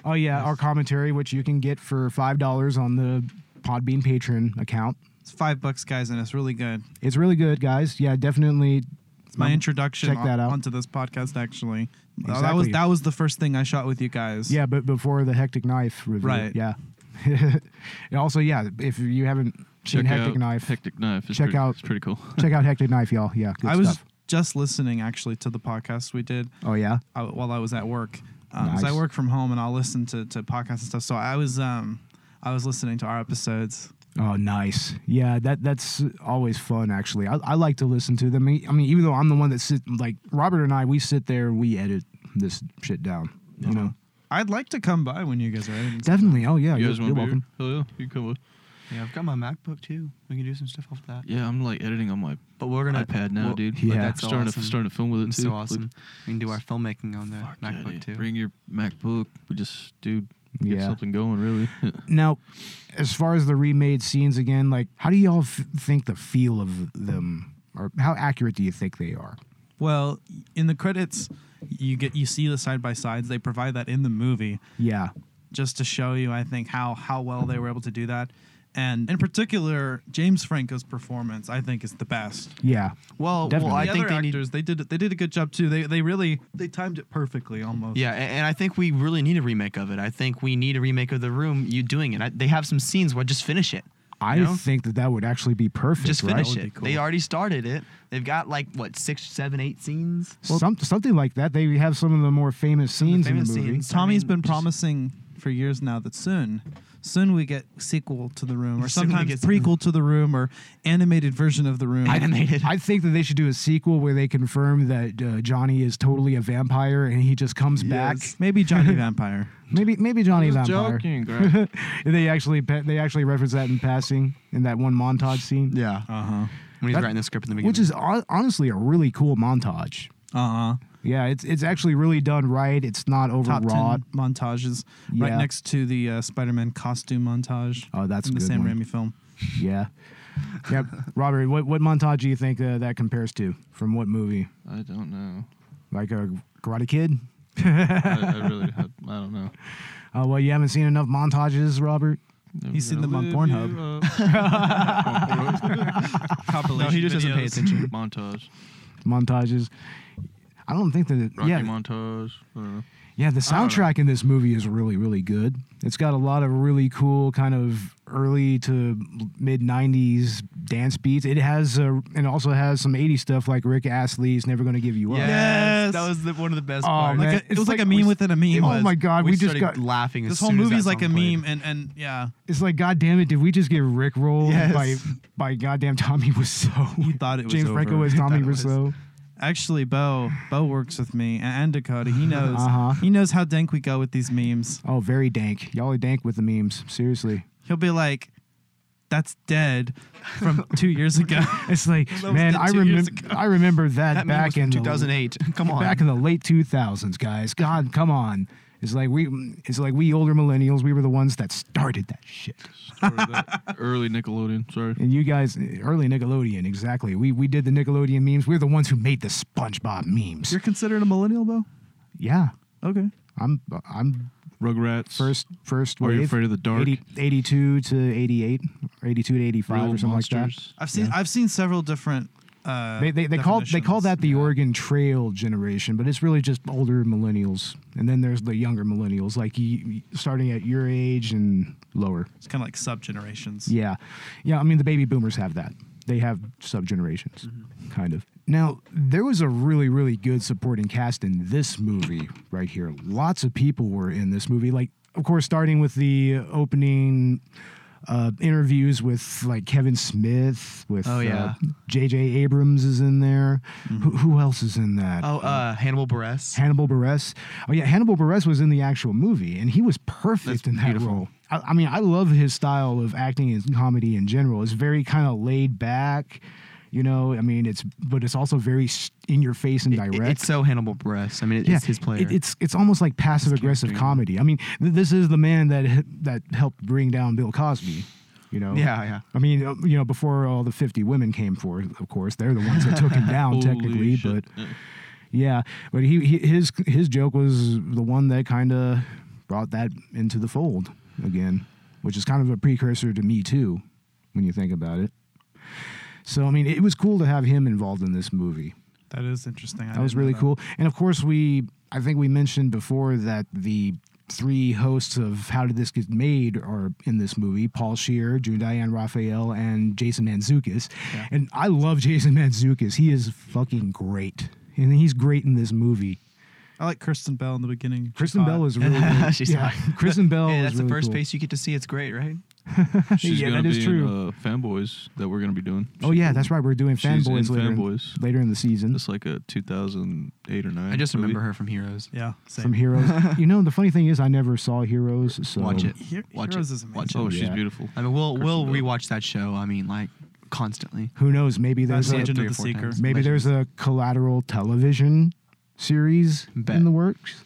Oh yeah, our commentary, which you can get for five dollars on the Podbean Patreon account.
It's five bucks, guys, and it's really good.
It's really good, guys. Yeah, definitely.
It's my introduction
check that
on-
out.
onto this podcast. Actually, that was
Exactly.
that was the first thing I shot with you guys.
Yeah, but before the Hectic Knife review.
Right.
Yeah. and also, yeah, if you haven't seen
Check
Hectic
out
Knife,
Hectic Knife. It's
Check
pretty,
out-
It's pretty cool.
check out Hectic Knife, y'all. Yeah, good
I was
stuff.
just listening actually to the podcast we did
Oh yeah.
uh, while I was at work. Um, 'cause
Nice.
I work from home and I'll listen to, to podcasts and stuff. So I was um I was listening to our episodes.
Oh, nice. Yeah, that that's always fun. Actually, I, I like to listen to them. I mean, even though I'm the one that sit like Robert and I, we sit there and we edit this shit down.
Uh-huh.
You know,
I'd like to come by when you guys are editing.
definitely. Oh yeah,
You
you're,
guys
you're
want beer?
welcome.
Hell yeah, you come with.
Yeah, I've got my MacBook too. We can do some stuff off that.
Yeah, I'm like editing on my
But we're gonna
iPad now,
we'll-
dude.
Yeah.
Like,
That's
starting
awesome.
to starting to film with it
It's
too.
so
Like,
awesome. We can do our filmmaking on the
fuck yeah,
MacBook
dude.
too.
Bring your MacBook. We just, dude, get
Yeah.
something going. Really.
Now, as far as the remade scenes again, like, how do y'all f- think the feel of them, or how accurate do you think they are?
Well, in the credits, you get you see the side by sides. They provide that in the movie.
Yeah,
just to show you, I think, how how well they were able to do that. And in particular, James Franco's performance, I think, is the best.
yeah,
Well, well,
Definitely.
I
the
think
other
they need.
actors, they did they did a good job too. They they really they timed it perfectly almost.
Yeah, a- and I think we really need a remake of it. I think we need a remake of the room. You doing it? I, they have some scenes where just finish it.
I
You know?
think that that would actually be perfect.
Just
right?
finish
That would
it.
be cool.
They already started it. They've got like what six, seven, eight scenes.
Some, something like that. They have some of the more famous scenes
famous
in the movie.
scenes.
Tommy's
I mean,
been
just-
promising for years now that soon, soon we get sequel to the room, or
Soon we
sometimes
get-
prequel to the room, or animated version of the room.
Animated.
I think that they should do a sequel where they confirm that uh, Johnny is totally a vampire and he just comes back.
Maybe Johnny Vampire.
Maybe maybe Johnny
Just
Vampire.
joking, Greg.
they actually pe- they actually reference that in passing in that one montage scene.
yeah. Uh huh. When he's
That-
writing the script in the beginning,
Which is hon- honestly a really cool montage.
Uh huh.
Yeah, it's it's actually really done right. It's not
Top
overwrought.
ten montages,
Yeah.
right next to the uh, Spider-Man costume montage.
Oh, that's a
in the
good
Sam
one.
Raimi film.
Yeah. Yeah, Robert, what what montage do you think uh, that compares to from what movie?
I don't know.
Like a Karate Kid?
I, I really, I, I don't know.
Uh, well, you haven't seen enough montages, Robert.
He's seen them on Pornhub.
no, he just doesn't pay attention. uh, Montage,
Montages. I don't think that. It,
Rocky
yeah,
montage. I don't know.
Yeah, the
don't know.
soundtrack in this movie is really, really good. It's got a lot of really cool kind of early to mid '90s dance beats. It has, uh, and also has some '80s stuff like Rick Astley's "Never Gonna Give You Up."
yes,
Yes.
that was the, one of the best
Oh,
parts.
man.
Like
It's
a- it was like,
like
a meme
we-
within a meme.
it was. Oh my God, we just
started
got-
laughing.
This
as
whole
soon as
movie's
that
like a
song played.
meme, and and yeah,
It's like, God damn it, did we just get rickrolled
Yes.
by by goddamn Tommy Wiseau?
He thought it was
James
over.
Franco as
He
Tommy
thought it was.
Wiseau.
actually, Bo Bo works with me and, and Dakota. He knows
Uh-huh.
he knows how dank we go with these memes.
Oh, very dank. Y'all are dank with the memes. Seriously,
He'll be like, "That's dead from two years ago."
it's like, man,
done
I
two years
remember I remember that,
That meme
back
was from
in the-
2008. Come on.
back in the late 2000s guys god come on it's like we it's like we older millennials we were the ones that started that shit
Sorry, that early Nickelodeon. Sorry.
and you guys early nickelodeon exactly we we did the nickelodeon memes we're the ones who made the spongebob memes
You're considered a millennial, Bo.
yeah
Okay.
i'm i'm
Rugrats.
first first
Are you
wave,
afraid of the dark?
80 82 to 88 or 82 to 85
Real
or something like
monsters.
I've seen I've seen several different Uh,
they they, they call they call that
definitions.
the Oregon Trail generation, but it's really just older millennials, and then there's the younger millennials, like you, starting at your age and lower.
It's kind of like sub generations.
Yeah, yeah. I mean, the baby boomers have that. They have subgenerations,
Mm-hmm.
kind of. Now, there was a really, really good supporting cast in this movie right here. Lots of people were in this movie. Like, of course, starting with the opening uh, interviews with like Kevin Smith, with
Oh, yeah. Mm-hmm.
uh, J.J. Abrams is in there. Who, who else is in that?
Oh, uh, Hannibal Buress.
Hannibal Buress. Oh yeah, Hannibal Buress was in the actual movie, and he was perfect in that role. I, I mean, I love his style of acting and comedy in general. It's very kind of laid back, you know. I mean, it's but it's also very s- in your face and direct.
It- It's so Hannibal Buress. I mean, it- it's his player.
It, it's it's almost like passive aggressive comedy. I mean, th- this is the man that h- that helped bring down Bill Cosby. You know.
Yeah, yeah.
I mean, uh, you know, before all the fifty women came for, of course, they're the ones that took him down
Holy
technically,
shit.
but. Yeah, but he, he his his joke was the one that kind of brought that into the fold again, which is kind of a precursor to Me Too, when you think about it. So I mean, it was cool to have him involved in this movie.
That is interesting. I
That was
didn't know
really cool. And of course, we I think we mentioned before that the three hosts of How Did This Get Made are in this movie: Paul Shear, June Diane Raphael, and Jason Manzukis. And I love Jason Manzukis. He is fucking great, and he's great in this movie.
I like Kristen Bell in the beginning. She's
Kristen
hot.
Bell is really good.
Uh, She's
yeah.
hot.
Kristen Bell.
Hey,
is
that's the
really
first
cool.
face you get to see. It's great, right?
She's
yeah,
gonna
that is
be
true.
in uh, Fanboys that we're gonna be doing.
oh yeah, that's right. We're doing
She's in
fanboys later. in-
Fanboys.
later in the season.
It's like a 2008 or nine.
I just
movie.
remember her from Heroes.
Yeah. Same.
From Heroes, you know the funny thing is I never saw Heroes, so
Watch it.
He-
Watch
Heroes
it.
is amazing.
Watch
Oh,
it.
she's
Yeah.
beautiful.
I mean, we'll
Kristen
we'll
Bell.
rewatch that show. I mean, like constantly.
Who knows? Maybe there's
That's
a,
Legend
three
of the
or four
Seeker.
times.
Maybe there's a collateral television series
Bet.
in the works.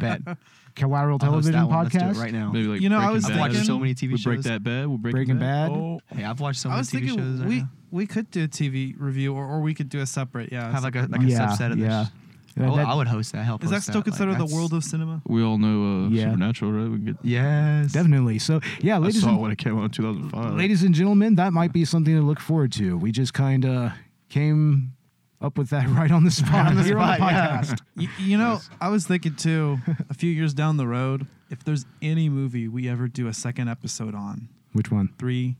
Bet.
Collateral
I'll host
television
that one. Let's do it
podcast.
right now.
Maybe like
You know, I
Breaking
was
Bad.
I've watched so many TV
we
shows.
break that bad. We'll break
Breaking Bad.
Oh,
Hey, I've watched so
I
many
was
TV
thinking
shows. right
we
now.
we could do a TV review, or, or we could do a separate. Yeah,
have like a
separate
like a
Yeah,
subset of
yeah.
this.
Yeah,
I would-
that-
I would host that. Help.
one. Is that
host
still considered
Like,
the
that's-
world of cinema?
We all know uh,
Yeah.
Supernatural, right? We can get.
Yes.
Definitely. So yeah,
I
ladies
saw it
and,
when it came out in 2005.
ladies and gentlemen, that might be something to look forward to. We just kind of came up with that right on the spot here on the podcast.
You, you know, I was thinking too. A few years down the road, if there's any movie we ever do a second episode on,
Which one?
three,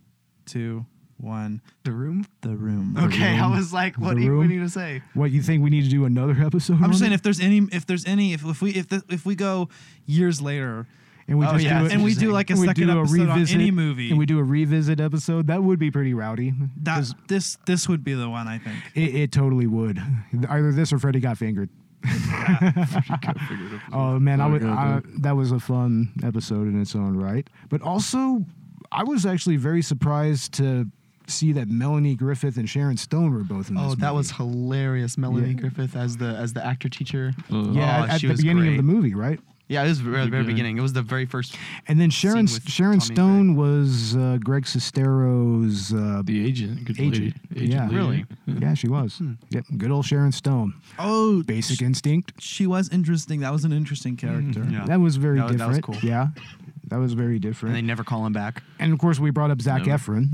two, one,
The room.
The Room.
Okay, I was like, what
The
do you what do
Room?
you need to say?
What you think we need to do another episode?
I'm
on
just saying
it?
if there's any if there's any if, if we if the, if we go years later
and we
Oh,
just
yeah,
do
that's
it,
and we do
Interesting.
like a
and we
second
do
episode
revisit,
on any movie,
and we do a revisit episode, that would be pretty rowdy.
that this this would be the one I think.
It, it totally would. Either this or Freddy got fingered. Oh man, I would. I, that was a fun episode in its own right. But also, I was actually very surprised to see that Melanie Griffith and Sharon Stone were both in this.
Oh, that
movie.
was hilarious, Melanie
Yeah.
Griffith as the as the actor teacher.
yeah
Oh,
at, at
she
the
was
beginning of
great.
the movie, right?
Yeah, it was the very, very beginning. It was the very first.
And then Sharon
Scene with
Sharon
Tommy and
Stone was uh, Greg Sestero's uh,
the agent. Good
agent.
Lady. Agent
yeah,
lady.
Yeah, she was.
Hmm.
Yep, good old Sharon Stone.
Oh,
Basic Instinct.
she was interesting. That was an interesting character.
Mm-hmm. Yeah.
That was very
That was- that was
different.
cool.
Yeah, that was very different.
And they
And,
never call him back.
of course, we brought up Zach
No.
Efron.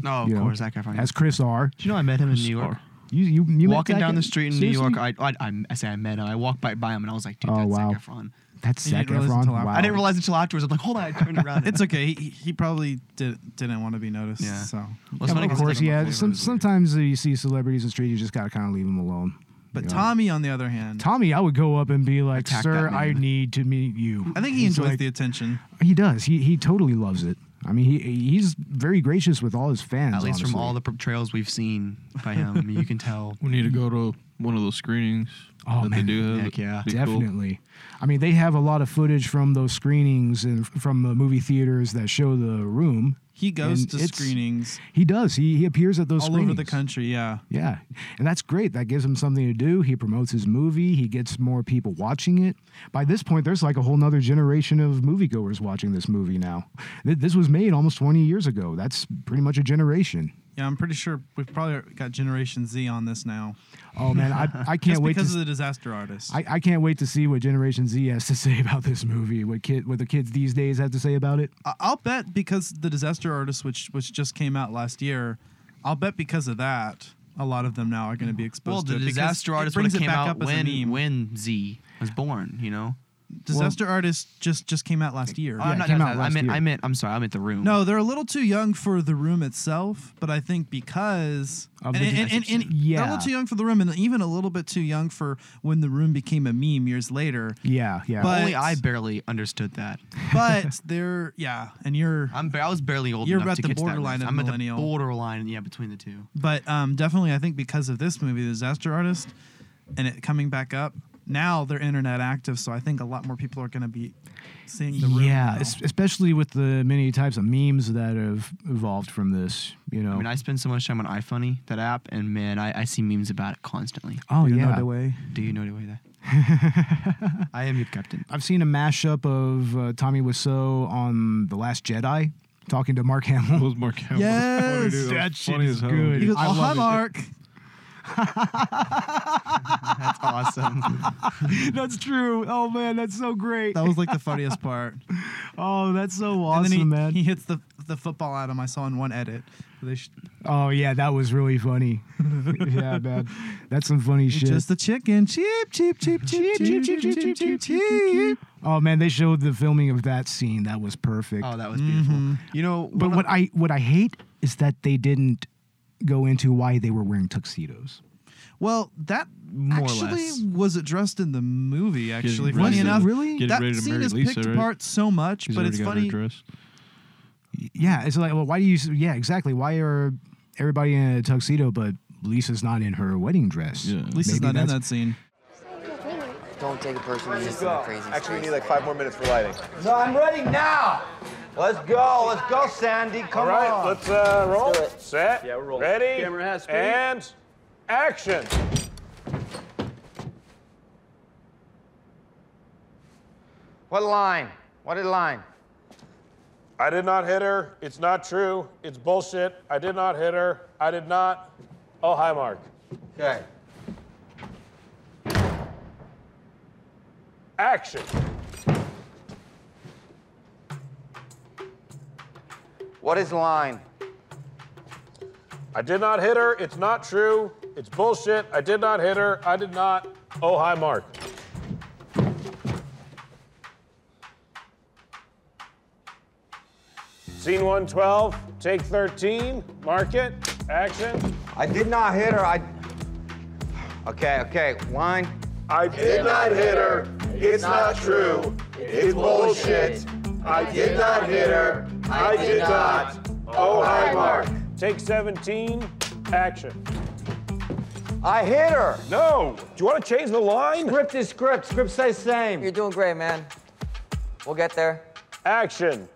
No, of
you know,
course, Zac Efron.
as Chris R.
Do you know I met him in New York?
Scar.
You you, you met
Walking
Zac
down the
Ef-
street in
Seriously?
New York, I, I I I say I met him. I walked by, by him and I was like, dude,
Oh,
that's
wow.
Zac Efron.
That's
You didn't
Zac
realize
Efron.
until after.
Wow.
I didn't realize until afterwards. I'm like, hold on, I turned around.
It's okay. He, he probably did, didn't want to be noticed.
Yeah. Oh
So,
Well, it's funny
of
'cause I
course,
think I'm a
yeah.
flavor
Some,
is weird.
sometimes you see celebrities in the street, you just gotta kind of leave them alone.
but
Yeah.
Tommy, on the other hand,
Tommy, I would go up and be like,
Attack
"Sir,
that
I
man."
need to meet you."
I think he
He's
enjoys
like-
the attention.
He does. He he totally loves it. I mean, he he's very gracious with all his fans.
At least from
honestly.
all the portrayals we've seen by him, I mean, you can tell.
We need to go to one of those screenings.
Oh,
that
man.
They do have.
Heck yeah.
Be cool.
Definitely. I mean, they have a lot of footage from those screenings and from the movie theaters that show the room.
He goes
And
to
it's-
screenings
He does. He he appears at those
all
screenings.
over the country. Yeah.
Yeah. And that's great. That gives him something to do. He promotes his movie. He gets more people watching it. By this point, there's like a whole nother generation of moviegoers watching this movie now. Th- This was made almost 20 years ago. That's pretty much a generation.
Yeah, I'm pretty sure we've probably got Generation Z on this now.
Oh man, I, I can't
Just
wait to
because
s-
of the disaster artist.
I, I can't wait to see what Generation Z has to say about this movie. What kid what the kids these days have to say about it.
I- I'll bet because the disaster artist, which which just came out last year, I'll bet because of that, a lot of them now are going to be exposed
Well,
to
the
it because
disaster
it
artist would
brings
have
it
came
back
out
up as a
when
meme.
when Z was born. You know,
Disaster artist just just came out last year.
Well, I'm not gonna say that. I meant I meant I'm sorry. I meant the room.
No, they're a little too young for the room itself, but I think because
Of
and,
the
and, and, and-
Yeah.
they're a little too young for the room, and even a little bit too young for when the room became a meme years later.
Yeah, yeah.
But,
Only I barely understood that.
but they're yeah, and you're
I'm ba- I was barely old
You're
enough
at
to
the
catch that
borderline
riff.
of
I'm
millennial.
at the borderline, yeah, between the two.
But um, definitely, I think because of this movie, The Disaster Artist, and it coming back up, now they're internet active. So I think a lot more people are going to be seeing the room.
yeah,
now.
es- especially with the many types of memes that have evolved from this. You know,
I mean,
Oh.
I spend so much time on iFunny, that app, and man, I, I see memes about it constantly.
Oh, Do you know yeah. the
way?
Do you know the way that? I am your captain.
I've seen a mashup of uh, Tommy Wiseau on The Last Jedi talking to Mark Hamill.
Was Mark Hamill?
Yes,
That's funny, dude. That
that
was
shit
funny
is
as hell,
good.
dude.
He goes,
I
"Oh, hi,
love it.
Mark."
That's awesome.
that's true. Oh man, that's so great.
That was like the funniest part.
oh, that's so awesome,
and then he,
man.
he hits the the football at him. I saw in one edit. They sh-
oh yeah, that was really funny. yeah, man, that's some funny shit.
just the chicken. Cheep cheep cheep cheep cheep cheep cheep cheep cheep. cheep.
Oh man, they showed the filming of that scene. That was perfect.
Oh, that was beautiful.
Mm-hmm.
You know,
but what I what I hate is that they didn't go into why they were wearing tuxedos.
Well, that
or
actually
less.
was addressed in the movie. Actually,
ready
funny
to-
enough,
really?
getting
that
ready to
scene
marry
is
Lisa,
picked
right?
apart so much,
She's
but
already
it's
got her
funny.
dress.
Yeah, it's like, well, why do you? Yeah, exactly. Why are everybody in a tuxedo, but Lisa's not in her wedding dress?
Yeah.
Lisa's
Maybe
not in
that's-
that scene.
Don't take it personally. Just the crazy stories.
five more minutes for lighting. No, I'm ready now. Let's go. Let's go, Sandy. Come on.
uh, roll.
do it.
Set. Yeah, we're rolling. Ready?
Camera has speed.
And action.
What line? What a line?
I did not hit her. It's not true. It's bullshit. I did not hit her. I did not. Oh, hi, Mark.
Okay.
Action.
What is line?
I did not hit her. It's not true. It's bullshit. I did not hit her. I did not. Oh, hi, Mark. Scene 112, take 13, mark it, action.
I did not hit her. I. Okay, okay. Line.
I did not hit her. It's not true. It's bullshit. I did not hit her. I did not. Oh, hi, Mark. Take 17, action.
I hit her.
No. Do you want to change the line?
Script is script. Script says same.
You're doing great, man. We'll get there.
Action.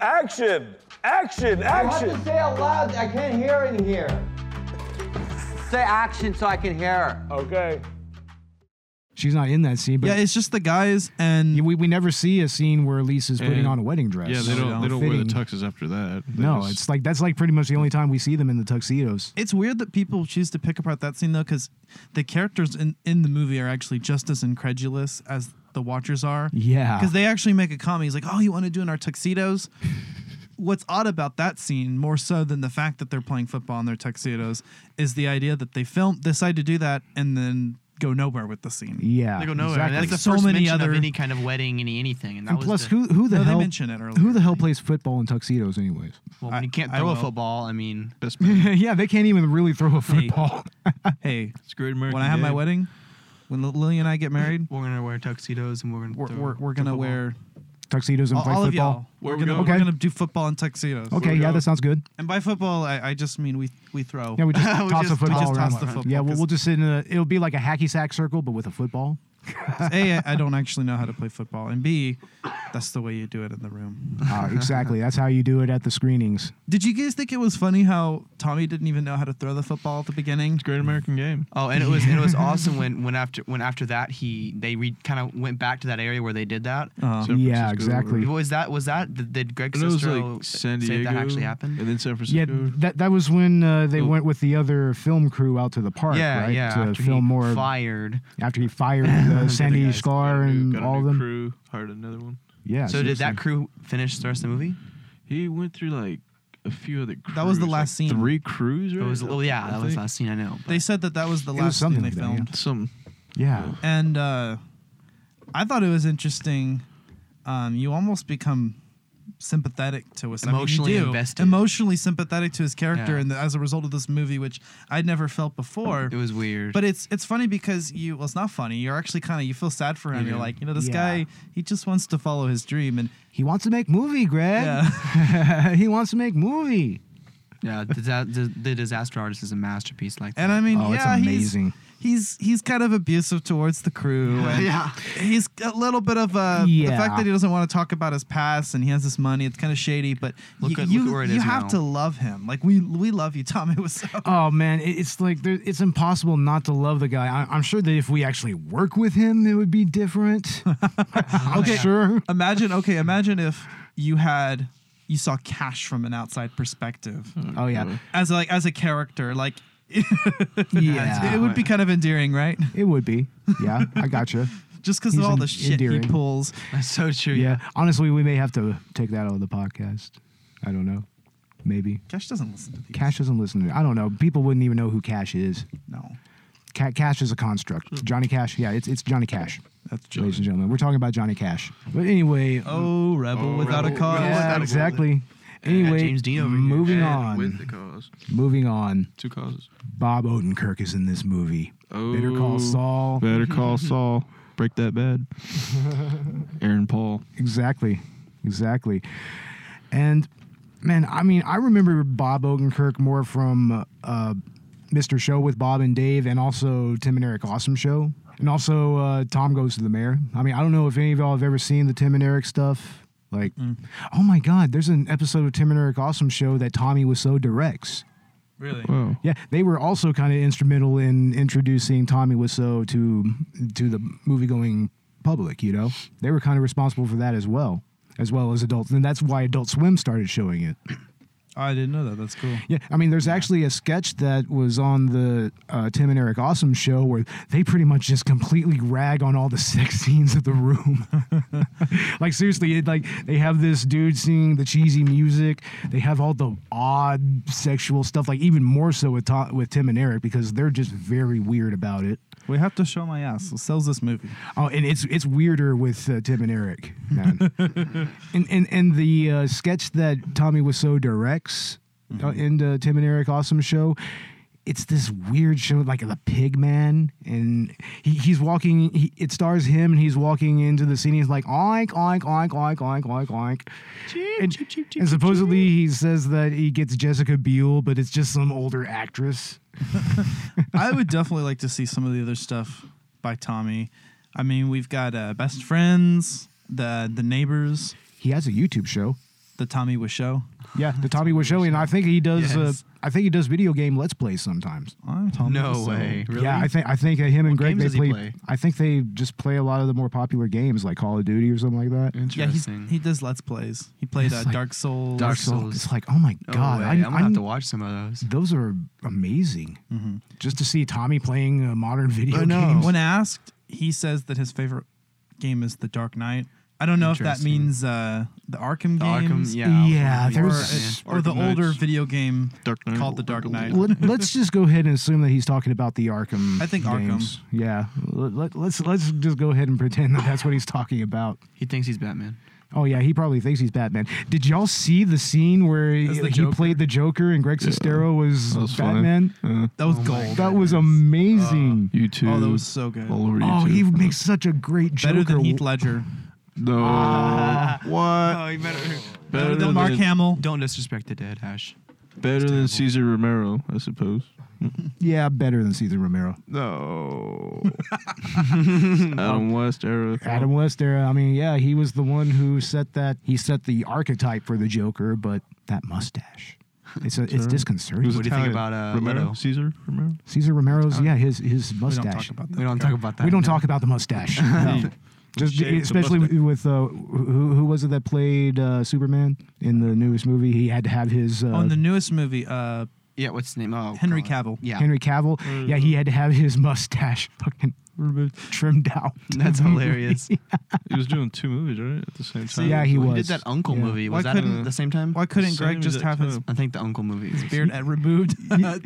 Action. Action.
You have
Action.
to say it loud. I can't hear in here. Say action so I can hear. her.
Okay.
She's not in that scene, but
Yeah, it's just the guys and
we, we never see a scene where Lisa's putting
And-
on a wedding dress.
Yeah, they don't. They don't wear the
Fitting.
tuxes after that. They
No,
just-
it's like that's like pretty much the only time we see them in the tuxedos.
it's weird that people choose to pick apart that scene though, because the characters in, in the movie are actually just as incredulous as the watchers are.
Yeah.
Because they actually make a comment. He's like, "Oh, you want to do in our tuxedos?" What's odd about that scene, more so than the fact that they're playing football in their tuxedos, is the idea that they film decide to do that and then go nowhere with the scene.
Yeah,
They go nowhere.
exactly.
That's the
So
first
many
mention
other-
of any kind of wedding, any anything, and that
and
was
plus,
the-
who who the
No, they
hell
mention it earlier,
who the hell
right?
plays football in tuxedos, anyways?
Well, when you can't
I- I
throw a
will.
football, I mean,
best man.
yeah, they can't even really throw a
Hey.
football.
Hey,
It's a great American.
when I have my
day.
wedding, when Lil- Lily and I get married,
we're gonna wear tuxedos and we're gonna
we're
throw-
we're, we're
throw
gonna
football.
wear
tuxedos and
all,
play
all of y'all.
football.
Where
We're
we
gonna
going?
we're
Okay.
gonna do football in tuxedos.
Okay,
we
yeah,
go.
that sounds good.
And by football, I, I just mean we we throw.
Yeah, we just
We
toss a
just- we
football
just
around.
toss the football,
yeah, we'll,
'cause-
we'll just sit in a. It'll be like a hacky sack circle, but with a football.
A, I, I don't actually know how to play football, and B, that's the way you do it in the room.
Uh, exactly. That's how you do it at the screenings.
Did you guys think it was funny how Tommy didn't even know how to throw the football at the beginning?
Great American game.
Oh, and it was and it was awesome when when after when after that he they re, kind of went back to that area where they did that.
Uh,
San
yeah,
Francisco.
exactly.
was that was that did, did Greg
And it was
Sestero
like San
say
Diego.
that actually happened?
And then San Francisco.
Yeah, that that was when uh, they
Oh.
went with the other film crew out to the park,
yeah,
right?
yeah.
to
after
film
he
more.
fired.
after he fired uh, Sandy
guys.
Scar
Got a new-
and
got a
all of
new
them.
Crew hired another one.
Yeah.
so did
seriously.
that crew finish the rest of the movie?
He went through like a few of the crews.
That was the
like
last scene.
Three crews,
It
right?
was- oh, yeah,
I
that was
think.
last
scene. I know.
They said that that was the
It was
last
something
thing they
like that, yeah.
filmed.
Some.
Yeah.
And uh, I thought it was interesting. Um, you almost become sympathetic to his I mean, you
Emotionally
do.
invested.
emotionally sympathetic to his character,
Yeah.
and as a result of this movie, which I'd never felt before.
It was weird.
But it's it's funny because you well, it's not funny. You're actually kind of you feel sad for him.
Yeah.
You're like, you know, this
Yeah.
guy he just wants to follow his dream, and
He wants to make movie, Greg. he wants to make movie.
yeah, the, disa- the, the disaster artist is a masterpiece like that.
and I mean,
Oh, it's
yeah,
amazing.
he's he's he's kind of abusive towards the crew. and
Yeah.
he's a little bit of a the
Yeah.
fact that he doesn't want to talk about his past and he has this money. It's kind of shady, but
Look
you
at- look
you,
at where it
you
is
have
now.
to love him. Like we we love you, Tom. It was so
Oh man, it- it's like there, it's impossible not to love the guy. I, I'm sure that if we actually work with him, it would be different.
okay.
Sure.
Imagine okay. Imagine if you had you saw Cash from an outside perspective.
Hmm.
Oh yeah,
as like as a character, like
yeah.
it would be kind of endearing, right?
It would be. Yeah, I gotcha.
Just because of
He's
all the
en-
shit
endearing.
he pulls.
That's so true.
Yeah. Honestly, we may have to take that out of the podcast. I don't know. Maybe.
Cash doesn't listen to these.
Cash doesn't listen to it. I don't know. People wouldn't even know who Cash is.
No.
Ca- Cash is a construct. Johnny Cash. Yeah, it's, it's Johnny Cash.
That's
true. Ladies and gentlemen, we're talking about Johnny Cash. But anyway.
Oh, rebel without a cause.
Yeah, exactly. Anyway,
James Dean over here.
moving
And
on.
with the cause.
Moving on.
Two causes.
Bob Odenkirk is in this movie. Better
Oh,
Call Saul.
Better Call Saul. Break that bad. Aaron Paul.
Exactly. Exactly. And man, I mean, I remember Bob Odenkirk more from uh, Mr. Show with Bob and Dave and also Tim and Eric Awesome Show. And also uh, Tom Goes to the Mayor. I mean, I don't know if any of y'all have ever seen the Tim and Eric stuff. Like, oh my God, there's an episode of Tim and Eric Awesome Show that Tommy was so directs.
Really?
Whoa.
Yeah, they were also kind of instrumental in introducing Tommy Wiseau to to the movie going public. You know, they were kind of responsible for that as well, as well as adults, and that's why Adult Swim started showing it.
Oh, I didn't know that. That's cool.
Yeah, I mean, there's actually a sketch that was on the uh, Tim and Eric Awesome show where they pretty much just completely rag on all the sex scenes of the room. like seriously, it, like they have this dude singing the cheesy music. They have all the odd sexual stuff. Like even more so with Tom, with Tim and Eric because they're just very weird about it.
We have to show my ass. It sells this movie.
Oh, and it's it's weirder with uh, Tim and Eric. Man. and, and and the uh, sketch that Tommy Wiseau directs uh, in the Tim and Eric Awesome Show. It's this weird show, like the Pig Man, and he, he's walking. He, it stars him, and he's walking into the scene. He's like oink, oink, oink, oink, oink, oink, oink, and, and supposedly he says that he gets Jessica Biel, but it's just some older actress.
I would definitely like to see some of the other stuff by Tommy. I mean, we've got uh, Best Friends, the the neighbors,
He has a YouTube show.
the Tommy Wiseau.
Yeah, the Tommy Wiseau, and I think he does. Uh,
Yes.
I think he does video game let's plays sometimes.
I'm Oh, Tommy
No
Wiseau.
way.
Yeah, I think I think that him and Greg
games
they
does
play,
he play?
I think they just play a lot of the more popular games like Call of Duty or something like that.
Yeah, he's,
Interesting.
he does Let's Plays. He played uh,
It's like
Dark Souls.
Dark
So
Souls.
It's like, oh my
No
god,
way.
I,
I'm gonna have
I'm-
to watch Mm-hmm. some of those.
Those are amazing. Just to see Tommy playing a modern video
I know.
games.
When asked, he says that his favorite game is The Dark Knight. I don't know if that
Interesting.
means uh, the Arkham
The Arkham-
games.
yeah.
Yeah,
Yeah.
Or,
there's.
or the
Arkham Knights.
older video game
Dark Knight.
called The Dark Knight.
Let, let's just go ahead and assume that he's talking about the Arkham.
I think Arkham.
games. Yeah, let, let, let's let's just go ahead and pretend that that's what he's talking about.
He thinks he's Batman.
Oh yeah, he probably thinks he's Batman. Did y'all see the scene where
As
he,
the
he
Joker?
played the Joker and Greg Sestero was,
That was funny.
Batman?
Uh,
That
Oh
was gold.
That was amazing.
you too.
Oh, that was so good.
All over
oh,
YouTube.
he makes such a great Joker.
Better than Heath Ledger.
No.
Ah.
what?
Oh, you better.
Better
than Mark Hamill.
Don't disrespect the dead, Ash.
Better than Caesar Romero, I suppose.
yeah, better than Cesar Romero.
No. Adam West era.
Adam West era. I mean, yeah, he was the one who set that. He set the archetype for the Joker, but that mustache. It's a, it's disconcerting.
What do you think about, uh,
Romero?
Leto?
Caesar Romero?
Caesar Romero's yeah, his his
We don't
mustache.
talk about that.
We don't talk about that.
We don't
no.
talk about the mustache. No. Just
Shave the
especially
mustache.
with uh, who, who was it that played uh, Superman in the newest movie? He had to have his uh,
On the newest movie, uh,
Yeah, what's his name? Oh,
Henry Cavill.
Yeah.
Henry Cavill. Yeah, he had to have his mustache fucking removed- trimmed out.
That's hilarious.
He was doing two movies, right, at the same time.
Yeah, he
Well,
was.
He did that Uncle
Yeah.
movie.
Why
Was that
couldn't-
at the same time?
why couldn't Same Greg just exact have his- time.
I think the Uncle movie. was-
beard uh, removed.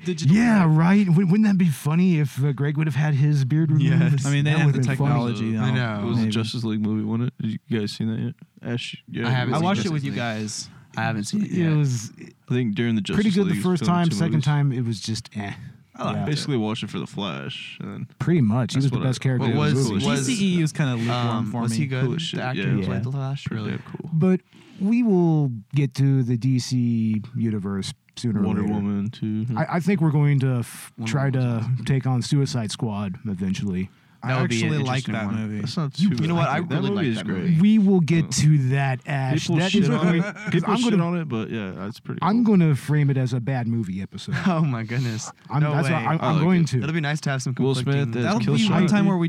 Digital
Yeah, right. Wou- Wouldn't that be funny if uh, Greg would have had his beard removed?
Yes. I mean, they
That
have
would've
the
been funny.
technology now. I know.
It Uh, was a
Maybe.
Justice League movie, wasn't it? Did you guys seen that yet? Ash, yeah,
I haven't
I
seen
watched it
Justice
with you
League.
guys.
I haven't seen it.
It
Yet.
was
I think during the Justice
pretty good
League,
the
he was
first
filming
time.
two
Second
movies.
time, it was just eh.
I
Yeah.
basically watched it for the Flash. And
Pretty much. He
That's
was the
what I-
best character.
what
in the
was-
movie.
was-
DCEU E is kind of lukewarm
Um,
for
was
me.
he good?
Cool as shit,
the actor
yeah.
who
Yeah.
played the Flash, really cool.
But we will get to the DC universe sooner
Wonder
or later.
Woman too.
I, I think we're going to f-
Wonder
try to take on Suicide Squad eventually.
I
That would be an
actually like
interesting
that
one.
movie.
That's not
You-
too.
you know
bad.
what? I
That
really
movie
like
is
that
great.
movie.
We will get to that, Ash.
People
That
shit
is
on
going.
it.
Because
People
I'm
shit
going to
on it, but yeah, that's pretty.
I'm
cool.
going to frame it as a bad movie episode.
Oh my goodness.
I'm,
no
that's
way.
what I, I'm
I like
going
it.
to.
It'll be nice to have some
Will Smith
conflicting.
as
That'll be
Killshot,
one time
dude.
where we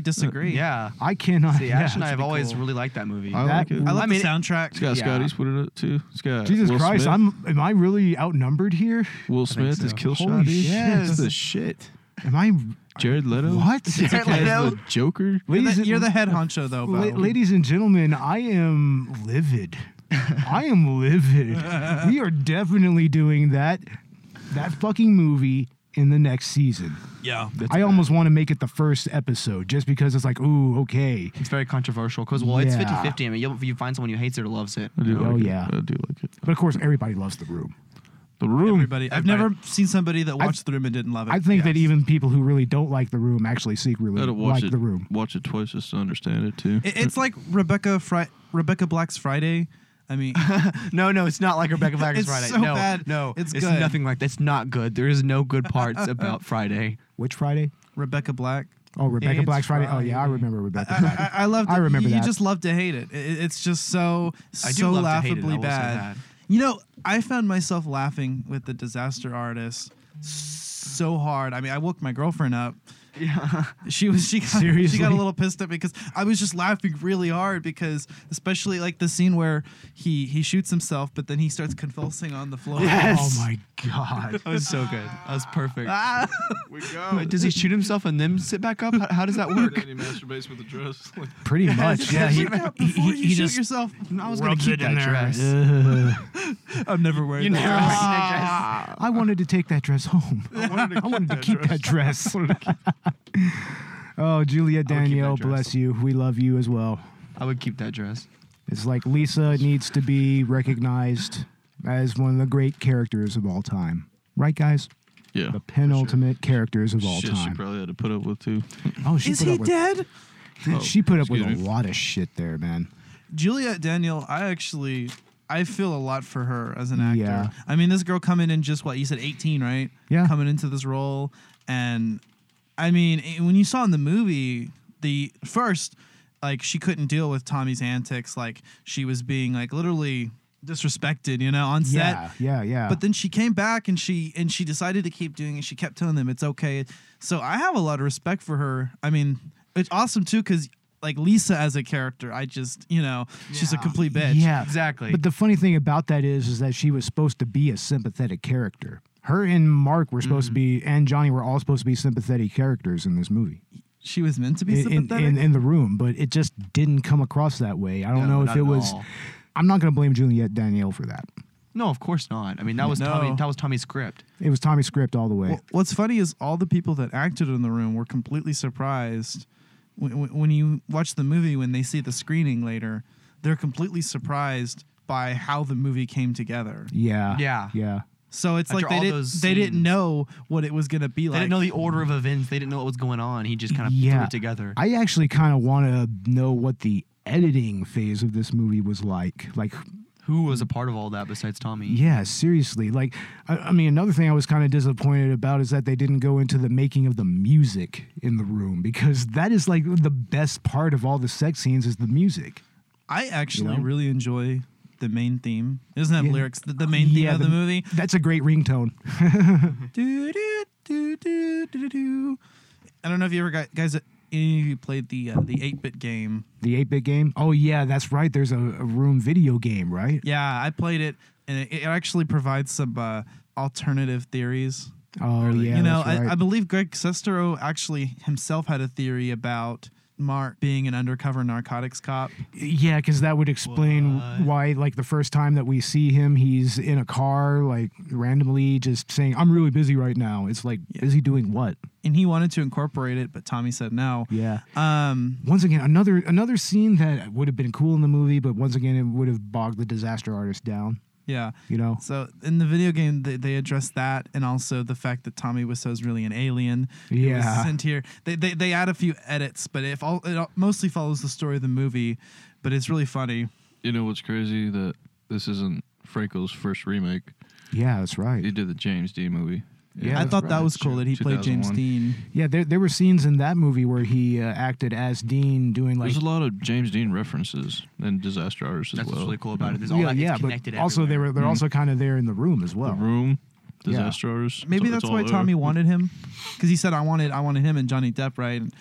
disagree.
yeah.
I cannot.
See,
yeah.
Ash and I have always
cool.
really liked that movie.
I
that
like it.
I
I love
mean, it-
the soundtrack.
It's got
yeah.
Scott Eastwood in it too. It's got
Jesus
Will
Christ,
Smith.
I'm am I really outnumbered here?
Will Smith is
so.
Killshot.
Holy
dude.
shit.
That's the shit.
Am I
Jared Leto.
what?
Jared
As
Leto?
the Joker.
You're
Ladies
the,
and-
you're the head honcho though.
La-
Bo.
ladies and gentlemen, I am livid. I am livid. We are definitely doing that that fucking movie in the next season.
yeah.
I almost want to make it the first episode just because it's like, ooh, okay.
It's very controversial because well, it's
Yeah.
50-50. I mean, you'll, you find someone who hates it or loves it.
I do
Oh,
like
yeah.
It. I do like it.
But of course, everybody loves the room.
The room.
Everybody. I've never seen somebody that watched the room and didn't love it.
I think that
Yes.
even people who really don't like the room actually secretly
Had to watch
like
it.
the room.
Watch it twice just to understand it too.
It- it's like Rebecca Fri- Rebecca Black's Friday. I mean,
No, no, it's not like Rebecca Black's
It's
Friday.
so
no,
bad.
no,
It's
it's
good.
nothing like that. It's not good. There is no good parts about Friday.
Which Friday?
Rebecca Black.
Oh, Rebecca
It's
Black's Friday. Oh yeah, I
Friday.
remember Rebecca. Black.
I, I, I loved.
I
it.
remember
you,
that.
You just love to hate it. It- It's just so
I do
so
love to hate it, I
laughably
will say
bad.
that.
You know, I found myself laughing with the disaster artist so hard. I mean, I woke my girlfriend up.
Yeah.
She was she got,
Seriously?
she got a little pissed at me because I was just laughing really hard because especially like the scene where he he shoots himself but then he starts convulsing on the floor.
Oh my god.
That was so good. That was perfect.
Ah.
we
Wait, does he shoot himself and then sit back up? How, how does that work?
he masturbates with the dress.
Pretty much. Yeah. He,
Freak out
he-
before
he-
you
he
shoot
just
yourself.
I was gonna keep that dress.
Ugh.
I'm never wearing
You
that
never
dress.
seen that dress.
I wanted to take that dress home. I wanted to keep, that dress. oh, Juliet
I would keep that
Danielle,
dress.
bless you. We love you as well.
I would keep that dress.
It's like Lisa needs to be recognized as one of the great characters of all time. Right, guys?
Yeah.
The penultimate characters of all
Shit, Oh, she
time.
probably had to put up with too.
oh, she
Is
put
he
up with,
dead?
She put up with a
Oh, excuse me.
lot of shit there, man.
Juliet Daniel, I actually I feel a lot for her as an actor.
Yeah.
I mean, this girl coming in just what you said 18, right?
Yeah.
Coming into this role and I mean, eh, when you saw in the movie, the first like she couldn't deal with Tommy's antics, like she was being like literally disrespected, you know, on set.
Yeah, yeah, yeah.
But then she came back and she and she decided to keep doing it. She kept telling them it's okay. So I have a lot of respect for her. I mean, it's awesome too because like Lisa as a character, I just you know she's a complete bitch.
Yeah,
Exactly.
But the funny thing about that is, is that she was supposed to be a sympathetic character. Her and Mark were supposed
Mm-hmm.
to be, and Johnny were all supposed to be sympathetic characters in this movie,
she was meant to be
in,
sympathetic.
in, in the room. But it just didn't come across that way. I don't
No,
know if
not
it
at
was.
all.
I'm not going to blame Juliet Danielle for that.
No, of course not. I mean, that was
No.
Tommy. That was Tommy's script.
It was Tommy's script all the way.
Wh- What's funny is all the people that acted in the room were completely surprised when, when- when you watch the movie when they see the screening later. They're completely surprised by how the movie came together.
yeah,
Yeah.
yeah.
So it's
After
like they
all
didn't
those
they didn't
scenes.
know what it was gonna be
They
like.
didn't know the order of events. They didn't know what was going on. He just kind of threw
yeah.
it together.
I actually kind of want to know what the editing phase of this movie was like. Like,
Who was a part of all that besides Tommy?
Yeah, seriously. Like, I, I mean, another thing I was kind of disappointed about is that they didn't go into the making of the music in the room because that is like the best part of all the sex scenes is the music.
I actually
know?
really enjoy the main theme. It doesn't have
Yeah.
lyrics. The, the main theme
Yeah,
of the,
the-
movie.
That's a great ringtone.
Do, do, do, do, do, do. I don't know if you ever got guys. uh, Any of you played the uh, the eight bit game?
The 8 bit game. Oh, yeah, that's right. There's a, a room video game, right?
Yeah, I played it, and it, it actually provides some uh, alternative theories.
Oh, yeah,
You know,
that's right.
I, I believe Greg Sestero actually himself had a theory about Mark being an undercover narcotics cop.
Yeah, because that would explain why, like, the first time that we see him, he's in a car, like, randomly just saying, I'm really busy right now. It's like, is he doing what?
And he wanted to incorporate it, but Tommy said no.
Yeah.
Um,
once again, another another scene that would have been cool in the movie, but once again, it would have bogged the disaster artist down.
Yeah.
You know?
So in the video game, they, they address that and also the fact that Tommy Wiseau is really an alien. who was
Yeah.
sent here. They, they, they add a few edits, but if all, it all- mostly follows the story of the movie, but it's really funny.
You know what's crazy that this isn't Franco's first remake.
Yeah, that's right.
He did the James Dean movie.
Yeah, I thought that was cool that he
played James
2001.
Dean.
Yeah, there, there were scenes in that movie where he uh, acted as Dean doing, like,
There's a lot of James Dean references and Disaster Artist as
That's
well.
what's really cool about it. There's
all
yeah, yeah, but also they were they're also kind of there in the room as well. The
room,
Yeah.
Disaster Artist.
Maybe
it's-
that's
it's
why
all there.
Tommy wanted him because he said, I wanted, I wanted him and Johnny Depp, right? And,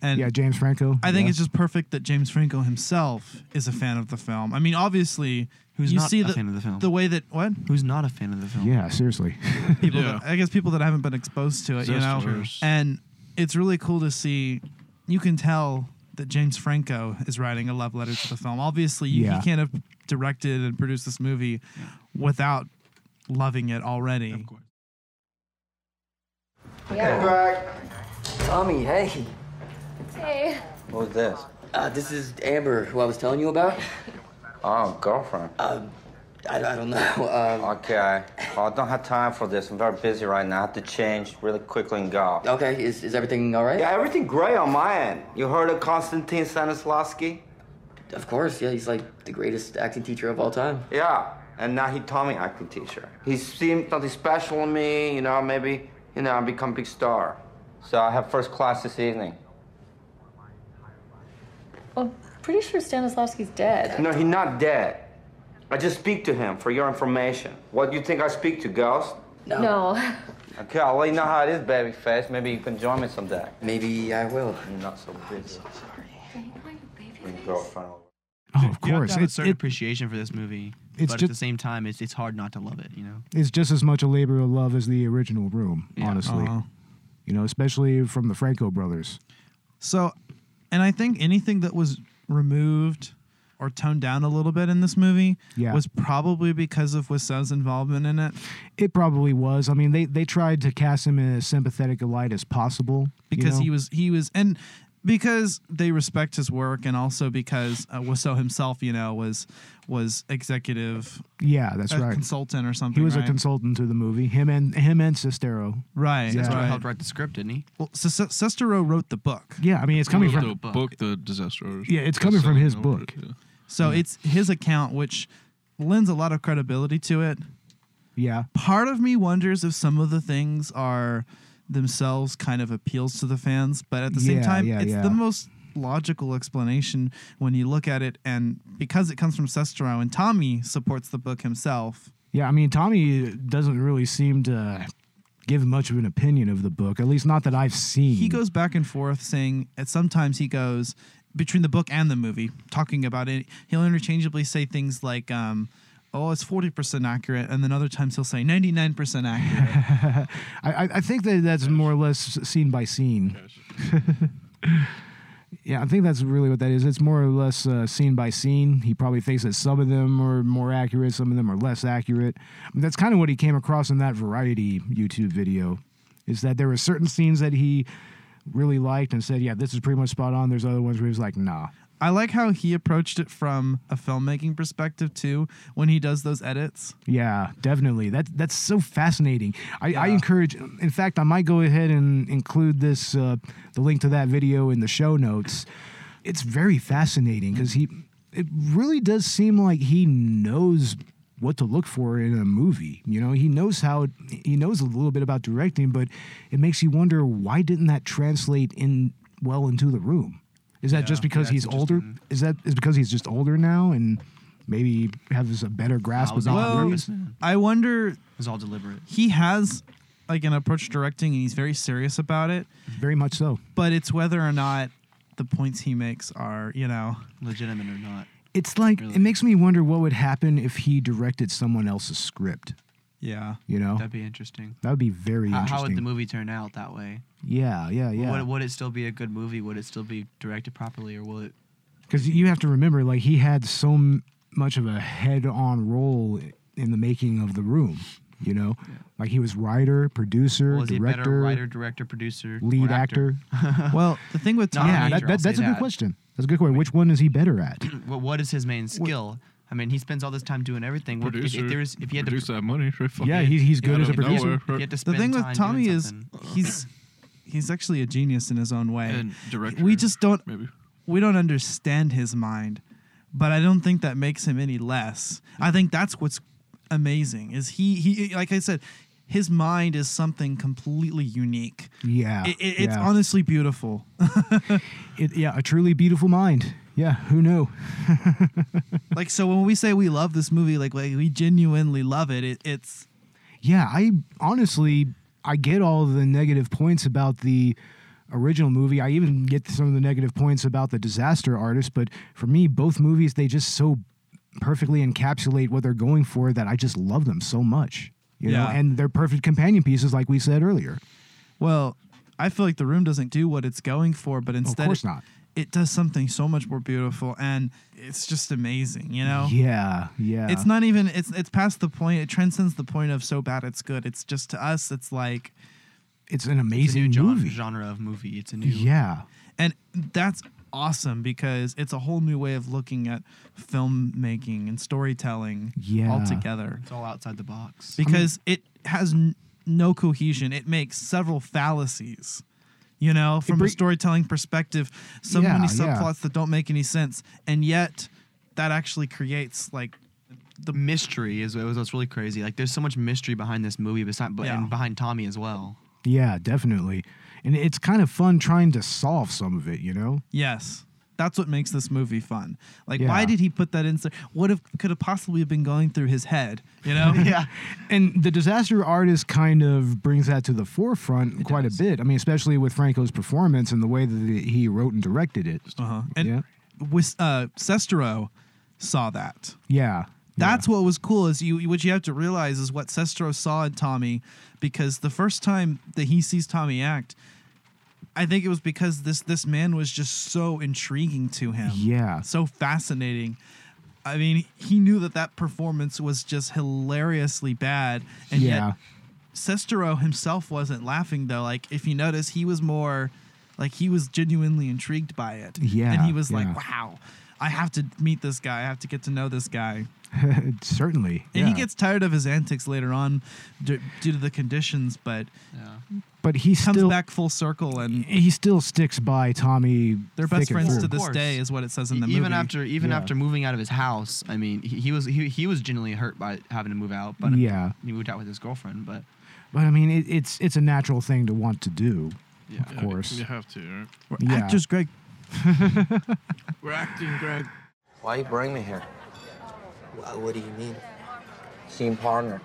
and
yeah, James Franco.
I think
yeah.
it's just perfect that James Franco himself is a fan of the film. I mean, obviously,
Who's
you
not
see
a fan of the film?
The way that what?
Who's not a fan of the film?
yeah, seriously.
people that, I guess people that haven't been exposed to it, you know.
That's true.
And it's really cool to see you can tell that James Franco is writing a love letter to the film. Obviously, you,
Yeah.
he can't have directed and produced this movie without loving it already. Of course.
Tommy, hey.
Hey.
Who's this?
Uh, this is Amber, who I was telling you about.
Oh, girlfriend.
Um, I, I don't know. um,
okay. Well, I don't have time for this. I'm very busy right now. I have to change really quickly and go.
Okay, is, is everything all right?
Yeah, everything great on my end. You heard of Konstantin Stanislavski?
Of course, yeah, he's like the greatest acting teacher of all time.
Yeah, and now he taught me acting teacher. He seen something special in me, you know, maybe, you know, I become big star. So I have first class this evening.
Well, pretty sure Stanislavski's dead.
No, he's not dead. I just speak to him for your information. What do you think I speak to, ghost?
No.
Okay, I'll let you know how it is, baby face. Maybe you can join me someday.
Maybe I will.
I'm not so busy. I'm so sorry. Girlfriend.
Oh, of
You have to
course.
have a
It's-
certain
it-
appreciation for this movie.
It's
but
ju-
at the same time, it's, it's hard not to love it. You know.
It's just as much a labor of love as the original room, honestly.
Uh-huh.
You know, especially from the Franco brothers.
So, and I think anything that was removed or toned down a little bit in this movie
Yeah.
was probably because of Wiseau's involvement in it.
It probably was. I mean, they they tried to cast him in as sympathetic a light as possible you
because
know?
he was he was and because they respect his work and also because uh, Wiseau himself, you know, was was executive.
Yeah, that's
a
right.
Consultant or something.
He was a
right?
consultant to the movie. Him and him and Sestero.
Right.
Yeah.
right.
write the script, didn't he?
Well, S- S- Sestero wrote the book.
Yeah, I mean, it's coming
Wrote
from
the book, the Disaster Artist. uh,
Yeah, it's coming from his book.
So it's his account, which lends a lot of credibility to it.
Yeah.
Part of me wonders if some of the things are themselves kind of appeals to the fans, but at the same
Yeah,
time,
yeah,
it's
yeah.
the most logical explanation when you look at it. And because it comes from Sestero and Tommy supports the book himself,
Yeah, I mean, Tommy doesn't really seem to give much of an opinion of the book, at least not that I've seen.
he goes back and forth saying at sometimes he goes between the book and the movie talking about it he'll interchangeably say things like um oh it's 40% accurate and then other times he'll say 99% accurate
I, I I think that that's more or less scene by scene. yeah, I think that's really what that is. It's more or less uh, scene by scene. He probably thinks that some of them are more accurate, some of them are less accurate. I mean, that's kind of what he came across in that variety YouTube video, is that there were certain scenes that he really liked and said, yeah, this is pretty much spot on. There's other ones where he was like, nah.
i like how he approached it from a filmmaking perspective too when he does those edits
Yeah, definitely. That that's so fascinating. I, I encourage. In fact, I might go ahead and include this uh, the link to that video in the show notes. It's very fascinating because he it really does seem like he knows what to look for in a movie. You know, he knows how he knows a little bit about directing, but it makes you wonder why didn't that translate in well into the room? Is that
Yeah,
just because
that's
he's older? Is that is because he's just older now and maybe has a better grasp of the movies?
i wonder it
was all deliberate
he has like an approach to directing and he's very serious about it
very much so
but it's whether or not the points he makes are you know
legitimate or not
It's like it makes me wonder what would happen if he directed someone else's script.
Yeah.
You know,
That'd be interesting.
that would Oh. be very
How,
interesting.
how would the movie turn out that way?
yeah, yeah, yeah.
Would, would it still be a good movie? Would it still be directed properly, or will it?
Because you have to remember, like he had so m- much of a head-on role in the making of the room. You know, like he was writer, producer,
Was he a better
director,
writer, director, producer,
lead
or
actor.
well, the thing with
Not
yeah,
major,
that,
I'll
that, that's
say
a good
that.
question. That's a good question. Which one is he better at?
What what is his main skill? I mean, he spends all this time doing everything. What- if,
Producer.
if there's if he had
Produce
to
that money. Right? Fuck
Yeah,
it.
he- he's
Out
good as a
of
producer.
nowhere.
You have to
the
spend
thing with
time doing
Tommy is
something.
he's he's actually a genius in his own way.
And
we
director,
just don't
maybe.
we don't understand his mind, but I don't think that makes him any less. I think that's what's amazing is he he like I said, his mind is something completely unique.
Yeah,
It- it- it's
yeah.
honestly beautiful.
It, yeah, a truly beautiful mind. Yeah, who knew?
like so when we say we love this movie, like, like we genuinely love it. it it's
Yeah, I honestly I get all the negative points about the original movie. I even get some of the negative points about the disaster artist, but for me both movies they just so perfectly encapsulate what they're going for that I just love them so much. You know,
Yeah.
and they're perfect companion pieces like we said earlier.
well, I feel like the room doesn't do what it's going for, but instead
course
it,
not.
it does something so much more beautiful and it's just amazing, you know?
Yeah, yeah.
It's not even it's it's past the point. It transcends the point of so bad it's good. It's just to us it's like
it's an
It's a
amazing
new genre,
movie.
genre of movie. It's a new
Yeah.
and that's awesome because it's a whole new way of looking at filmmaking and storytelling
Yeah.
altogether.
It's all outside the box.
Because it has n- no cohesion. It makes several fallacies. You know, from a
bring-
storytelling perspective, so
Yeah,
many
yeah.
subplots that don't make any sense, and yet that actually creates like
the mystery is it was what's really crazy. Like there's so much mystery behind this movie, beside but
Yeah.
and behind Tommy as well.
Yeah, definitely. And it's kind of fun trying to solve some of it, you know?
Yes. That's what makes this movie fun. Like, why
Yeah.
did he put that in? so- What if, could have possibly been going through his head? You know?
yeah. And the disaster artist kind of brings that to the forefront quite a bit. I mean, especially with Franco's performance and the way that he wrote and directed it.
Uh-huh. And
Yeah.
with uh, Sestero saw that.
Yeah.
That's what was cool is you what you have to realize is what Sestero saw in Tommy because the first time that he sees Tommy act, I think it was because this this man was just so intriguing to him.
Yeah.
So fascinating. I mean, he knew that that performance was just hilariously bad and
Yeah.
yet Sestero himself wasn't laughing though. Like if you notice, he was more like he was genuinely intrigued by it.
Yeah,
And he was
yeah.
like, wow, I have to meet this guy. I have to get to know this guy.
Certainly.
And he
yeah.
gets tired of his antics later on d- due to the conditions, but
but he
comes
still
back full circle and
he still sticks by Tommy.
they're
thick
best
and
friends
thin.
to
Of
this
course.
day, is what it says in
E-
the
even
movie.
after even
Yeah.
after moving out of his house, I mean, he, he was he, he was genuinely hurt by having to move out. But
Yeah.
he moved out with his girlfriend. But
But I mean, it, it's it's a natural thing to want to do.
yeah,
Of course.
You have to. Right?
We're
yeah.
actors, Greg.
We're acting, Greg.
Why you bring me here?
Wha- What do you mean?
Scene partner.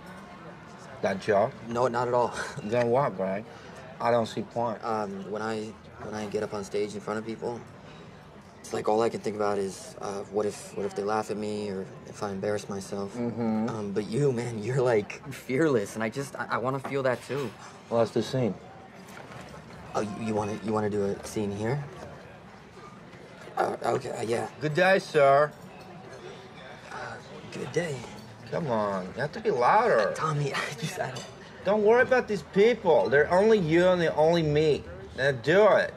That job?
No, not at all.
Then what, Greg? I don't see point.
Um, when I when I get up on stage in front of people, it's like all I can think about is uh, what if what if they laugh at me or if I embarrass myself. Um, but you, man, you're like fearless, and I just I, I want to feel that too.
What's the scene?
Oh, you- you want to you want to do a scene here? Uh, okay, uh, yeah.
Good day, sir.
Good day,
Come on, you have to be louder.
Tommy. I just I don't.
Don't worry about these people. They're only you and they're only me. Now do it.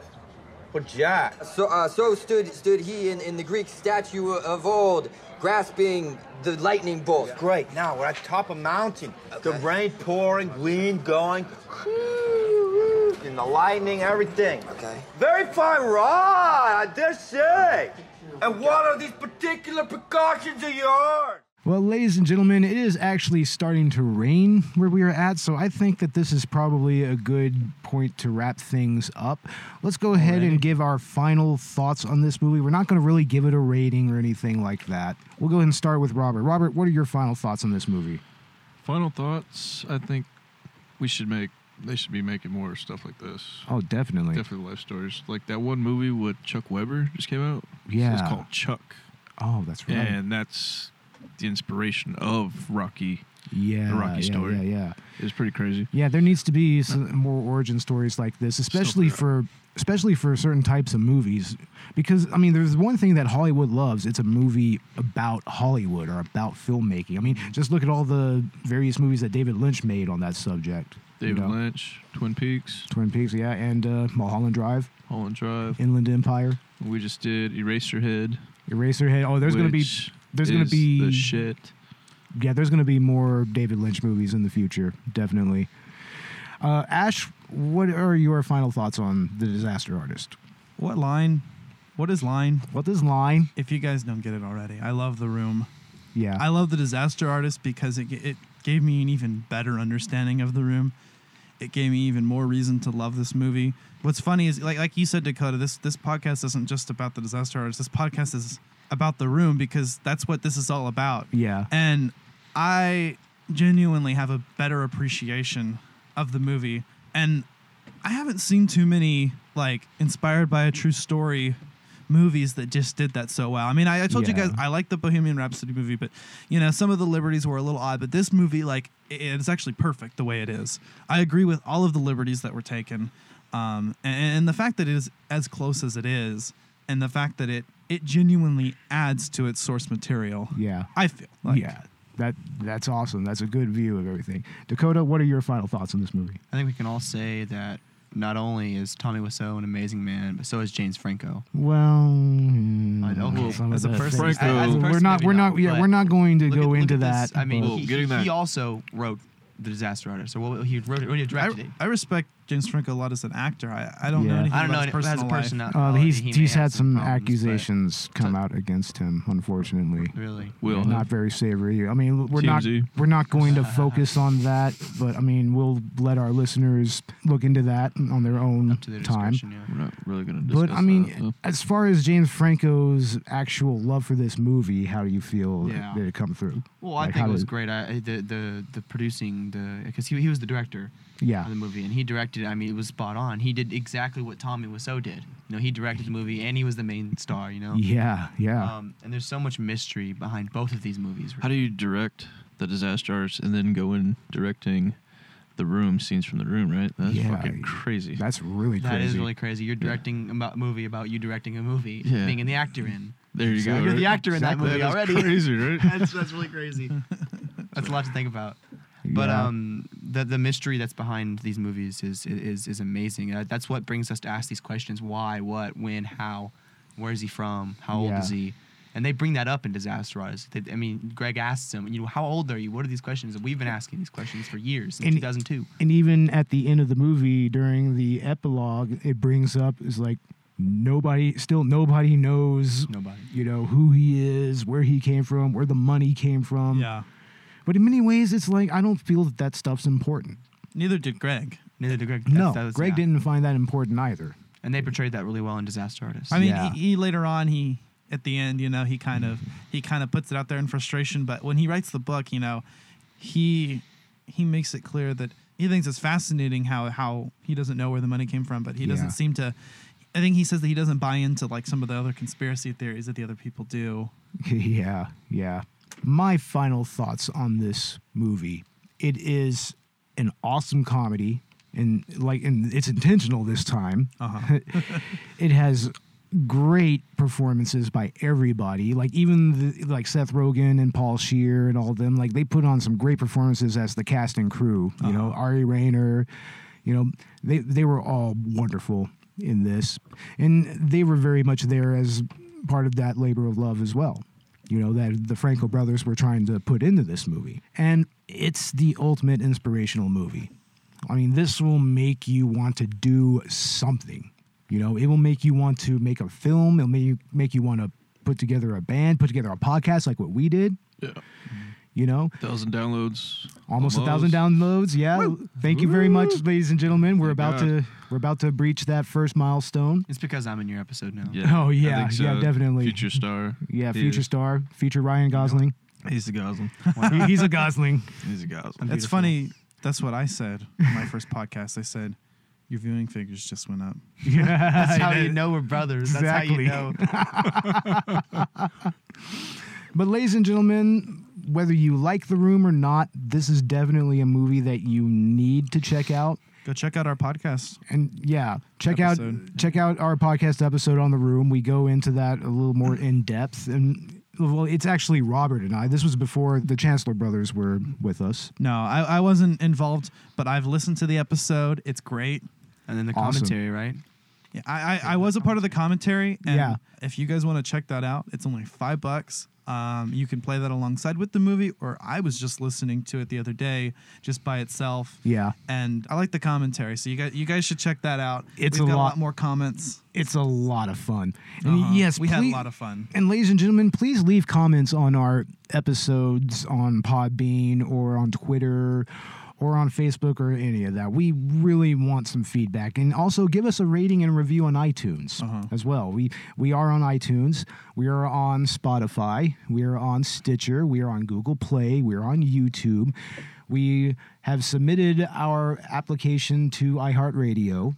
For Jack.
So, uh, so stood stood he in, in the Greek statue of old, grasping the lightning bolt.
Great. Now we're at top of mountain. The rain pouring, wind going, and the lightning, everything.
Okay.
Very fine rod, I dare say. And what are these particular precautions of yours?
Well, ladies and gentlemen, it is actually starting to rain where we are at, so I think that this is probably a good point to wrap things up. Let's go ahead and give our final thoughts on this movie. We're not going to really give it a rating or anything like that. We'll go ahead and start with Robert. Robert, what are your final thoughts on this movie?
Final thoughts. I think we should make. They should be making more stuff like this.
Oh, definitely.
Definitely life stories. Like that one movie with Chuck Weber just came out. It's
Yeah.
called Chuck.
Oh, that's right.
And that's the inspiration of Rocky
Yeah,
the Rocky
yeah,
story.
yeah, yeah.
It was pretty crazy.
Yeah, there needs to be some more origin stories like this, especially for especially for certain types of movies. Because I mean, there's one thing that Hollywood loves: it's a movie about Hollywood or about filmmaking. I mean, just look at all the various movies that David Lynch made on that subject. you
David
know?
Lynch, Twin Peaks,
Twin Peaks, yeah, and uh, Mulholland Drive,
Holland Drive.
Inland Empire,
We just did Eraserhead.
Eraserhead. Oh, there's gonna be
which
there's gonna
is
be
the shit.
yeah, there's going to be more David Lynch movies in the future, definitely. Uh, Ash, what are your final thoughts on The Disaster Artist?
What line? What is line?
What is line?
If you guys don't get it already, I love the room.
Yeah.
I love the disaster artist because it it gave me an even better understanding of the room. It gave me even more reason to love this movie. What's funny is like like you said, Dakota, this this podcast isn't just about the disaster artist. This podcast is about the room because that's what this is all about.
Yeah.
And I genuinely have a better appreciation of the movie. And I haven't seen too many like inspired by a true story movies that just did that so well. I mean, I, I told you
Yeah.
guys I like the Bohemian Rhapsody movie, but you know, some of the liberties were a little odd, but this movie like it- it's actually perfect the way it is. I agree with all of the liberties that were taken. Um, and, and the fact that it is as close as it is and the fact that it it genuinely adds to its source material.
Yeah.
I feel like
yeah. That that's awesome. That's a good view of everything. Dakota, what are your final thoughts on this movie?
I think we can all say that not only is Tommy Wiseau an amazing man, but so is James Franco.
Well, hmm,
okay.
some
As
of
a
the
person-
things-
as a person,
we're not.
maybe
We're
not,
not. Yeah,
but
we're not going to go into
Look at
that.
this. I mean,
but-
he, he also wrote The Disaster Artist, or what he wrote it, or he directed it.
I, I respect James Franco a lot as an actor. I, I don't know
Yeah.
anything
I don't
about
know
his
any- as a
personal
person,
life.
Uh,
not-
he's
Oh, he may
he's
have
had
some
some,
problems, but-
accusations come out against him, unfortunately.
Really?
Will.
not very savory. I mean, we're
TMZ.
not we're not going to focus on that, but I mean, we'll let our listeners look into that on their own time.
We're not really gonna. Discuss
But I mean,
that, though.
as far as James Franco's actual love for this movie, how do you feel
Yeah.
did it come through?
Well, I
Like,
think
how
it was
did-
great. I, I- the the the producing the because he, he was the director.
Yeah.
Of the movie, and he directed. it. I mean, it was spot on. He did exactly what Tommy Wiseau did. You know, he directed the movie, and he was the main star. You know.
Yeah, yeah.
Um, and there's so much mystery behind both of these movies.
How do you direct the disaster artist and then go in directing the room scenes from the room? Right? That's
Yeah,
fucking crazy.
That's really
That is really crazy. You're directing about a movie about you directing a movie,
Yeah.
being in the actor in.
There you go.
You're the
right?
actor in
Exactly.
that movie
That is
already.
Crazy, right?
that's, that's really crazy. That's a lot to think about. But
Yeah.
um, the the mystery that's behind these movies is is is amazing. Uh, that's what brings us to ask these questions: why, what, when, how, where is he from, how old
Yeah.
is he? And they bring that up in Disaster Artist. They, I mean, Greg asks him, you know, how old are you? What are these questions? And we've been asking these questions for years since
And-
2002.
And even at the end of the movie, during the epilogue, it brings up is like nobody, still nobody knows, nobody, you know, who he is, where he came from, where the money came from.
Yeah.
But in many ways, it's like I don't feel that that stuff's important.
Neither did Greg.
Neither did Greg.
no, Greg didn't find that important either.
And they portrayed that really well in Disaster Artist.
I mean, he, he later on he at the end, you know, he kind of he kind of puts it out there in frustration. But when he writes the book, you know, he he makes it clear that he thinks it's fascinating how how he doesn't know where the money came from, but he
Yeah.
doesn't seem to. I think he says that he doesn't buy into like some of the other conspiracy theories that the other people do.
yeah, yeah. My final thoughts on this movie. It is an awesome comedy and like and it's intentional this time. Uh-huh. it has great performances by everybody. Like even the, like Seth Rogen and Paul Shear and all of them, like they put on some great performances as the cast and crew, you know, Ari Rayner, you know, they they were all wonderful in this. And they were very much there as part of that labor of love as well. You know, that the Franco brothers were trying to put into this movie. And it's the ultimate inspirational movie. I mean, this will make you want to do something. You know, it will make you want to make a film. It'll make you, make you want to put together a band, put together a podcast like what we did.
Yeah.
You know,
Thousand downloads.
almost a thousand downloads. Yeah. Thank you very much, ladies and gentlemen. We're about
God.
to we're about to breach that first milestone.
It's because I'm in your episode now.
Oh yeah, yeah, definitely.
Future star.
Yeah,
He
future
is.
star, future Ryan Gosling.
He's the Gosling.
He- He's a Gosling.
He's a Gosling.
That's funny. That's what I said in my first podcast. I said, "Your viewing figures just went up."
That's how you know we're brothers. That's how you
Exactly.
know.
But ladies and gentlemen, whether you like the room or not, this is definitely a movie that you need to check out.
Go check out our podcast.
And yeah, check out
Episode.
check out our podcast episode on the room. We go into that a little more in depth and well, it's actually Robert and I. This was before the Chancellor brothers were with us.
No, I, I wasn't involved, but I've listened to the episode. It's great.
And then the
Awesome.
commentary, right?
Yeah, I, I, I was a part of the commentary. And
Yeah.
if you guys want to check that out, it's only five bucks. Um, you can play that alongside with the movie, or I was just listening to it the other day just by itself.
Yeah.
And I like the commentary, so you guys you guys should check that out.
It's
We've
a
got
lot-
a lot more comments.
It's a lot of fun. And
Uh-huh.
yes,
we had a
please-
lot of fun.
And ladies and gentlemen, please leave comments on our episodes on Podbean or on Twitter or on Facebook or any of that. We really want some feedback. And also give us a rating and review on iTunes as well. We we are on iTunes, we are on Spotify, we are on Stitcher, we are on Google Play, we are on YouTube. We have submitted our application to iHeartRadio.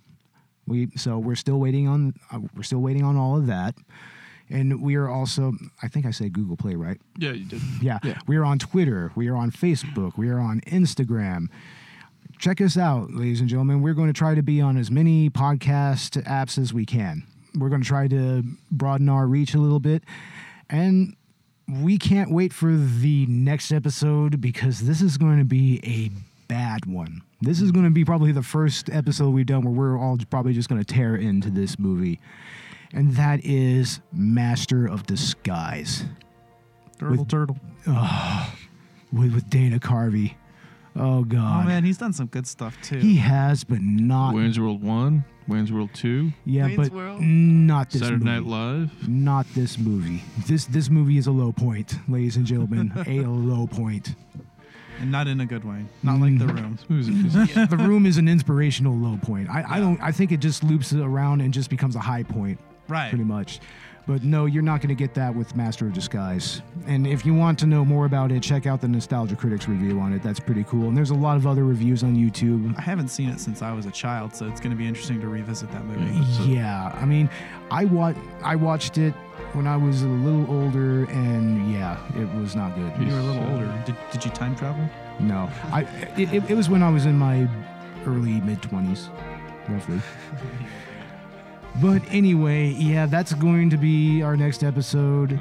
We so we're still waiting on uh, we're still waiting on all of that, and we are also I think I said Google Play right.
Yeah, you did.
Yeah, we are on Twitter, we are on Facebook, we are on Instagram. Check us out, ladies and gentlemen. We're going to try to be on as many podcast apps as we can. We're going to try to broaden our reach a little bit, and we can't wait for the next episode because this is going to be a bad one. This is going to be probably the first episode we've done where we're all probably just going to tear into this movie. And that is Master of Disguise.
Turtle, turtle.
Oh, with, with Dana Carvey. Oh,
Oh
God.
man, he's done some good stuff too.
He has, but not.
Wayne's World One, Wayne's World Two.
Yeah, but not this
Saturday
movie.
Night Live.
Not this movie. This this movie is a low point, ladies and gentlemen. a low point.
and not in a good way. Not like
Mm-hmm.
the room.
the room is an inspirational low point. I, I don't. I think it just loops it around and just becomes a high point.
Right.
Pretty much. But no, you're not going to get that with Master of Disguise. And if you want to know more about it, check out the Nostalgia Critics review on it. That's pretty cool. And there's a lot of other reviews on YouTube.
I haven't seen it since I was a child, so it's going to be interesting to revisit that movie.
Yeah, I mean, I wa- I watched it when I was a little older, and yeah, it was not good.
You were a little older. Did, did you time travel?
No, I it, it, it was when I was in my early mid twenties, roughly. But anyway, yeah, that's going to be our next episode.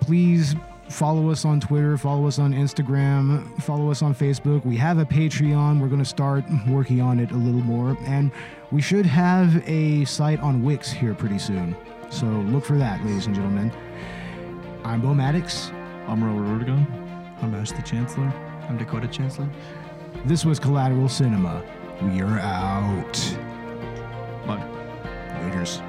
Please follow us on Twitter, follow us on Instagram, follow us on Facebook. We have a Patreon. We're going to start working on it a little more. And we should have a site on Wix here pretty soon. So look for that, ladies and gentlemen. I'm Bo Maddox.
I'm Robert Ortegon.
I'm Ash the Chancellor.
I'm Dakota Chancellor.
This was Collateral Cinema. We are out.
Bye.
Laters.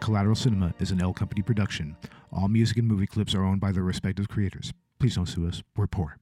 Collateral Cinema is an L Company production. All music and movie clips are owned by their respective creators. Please don't sue us. We're poor.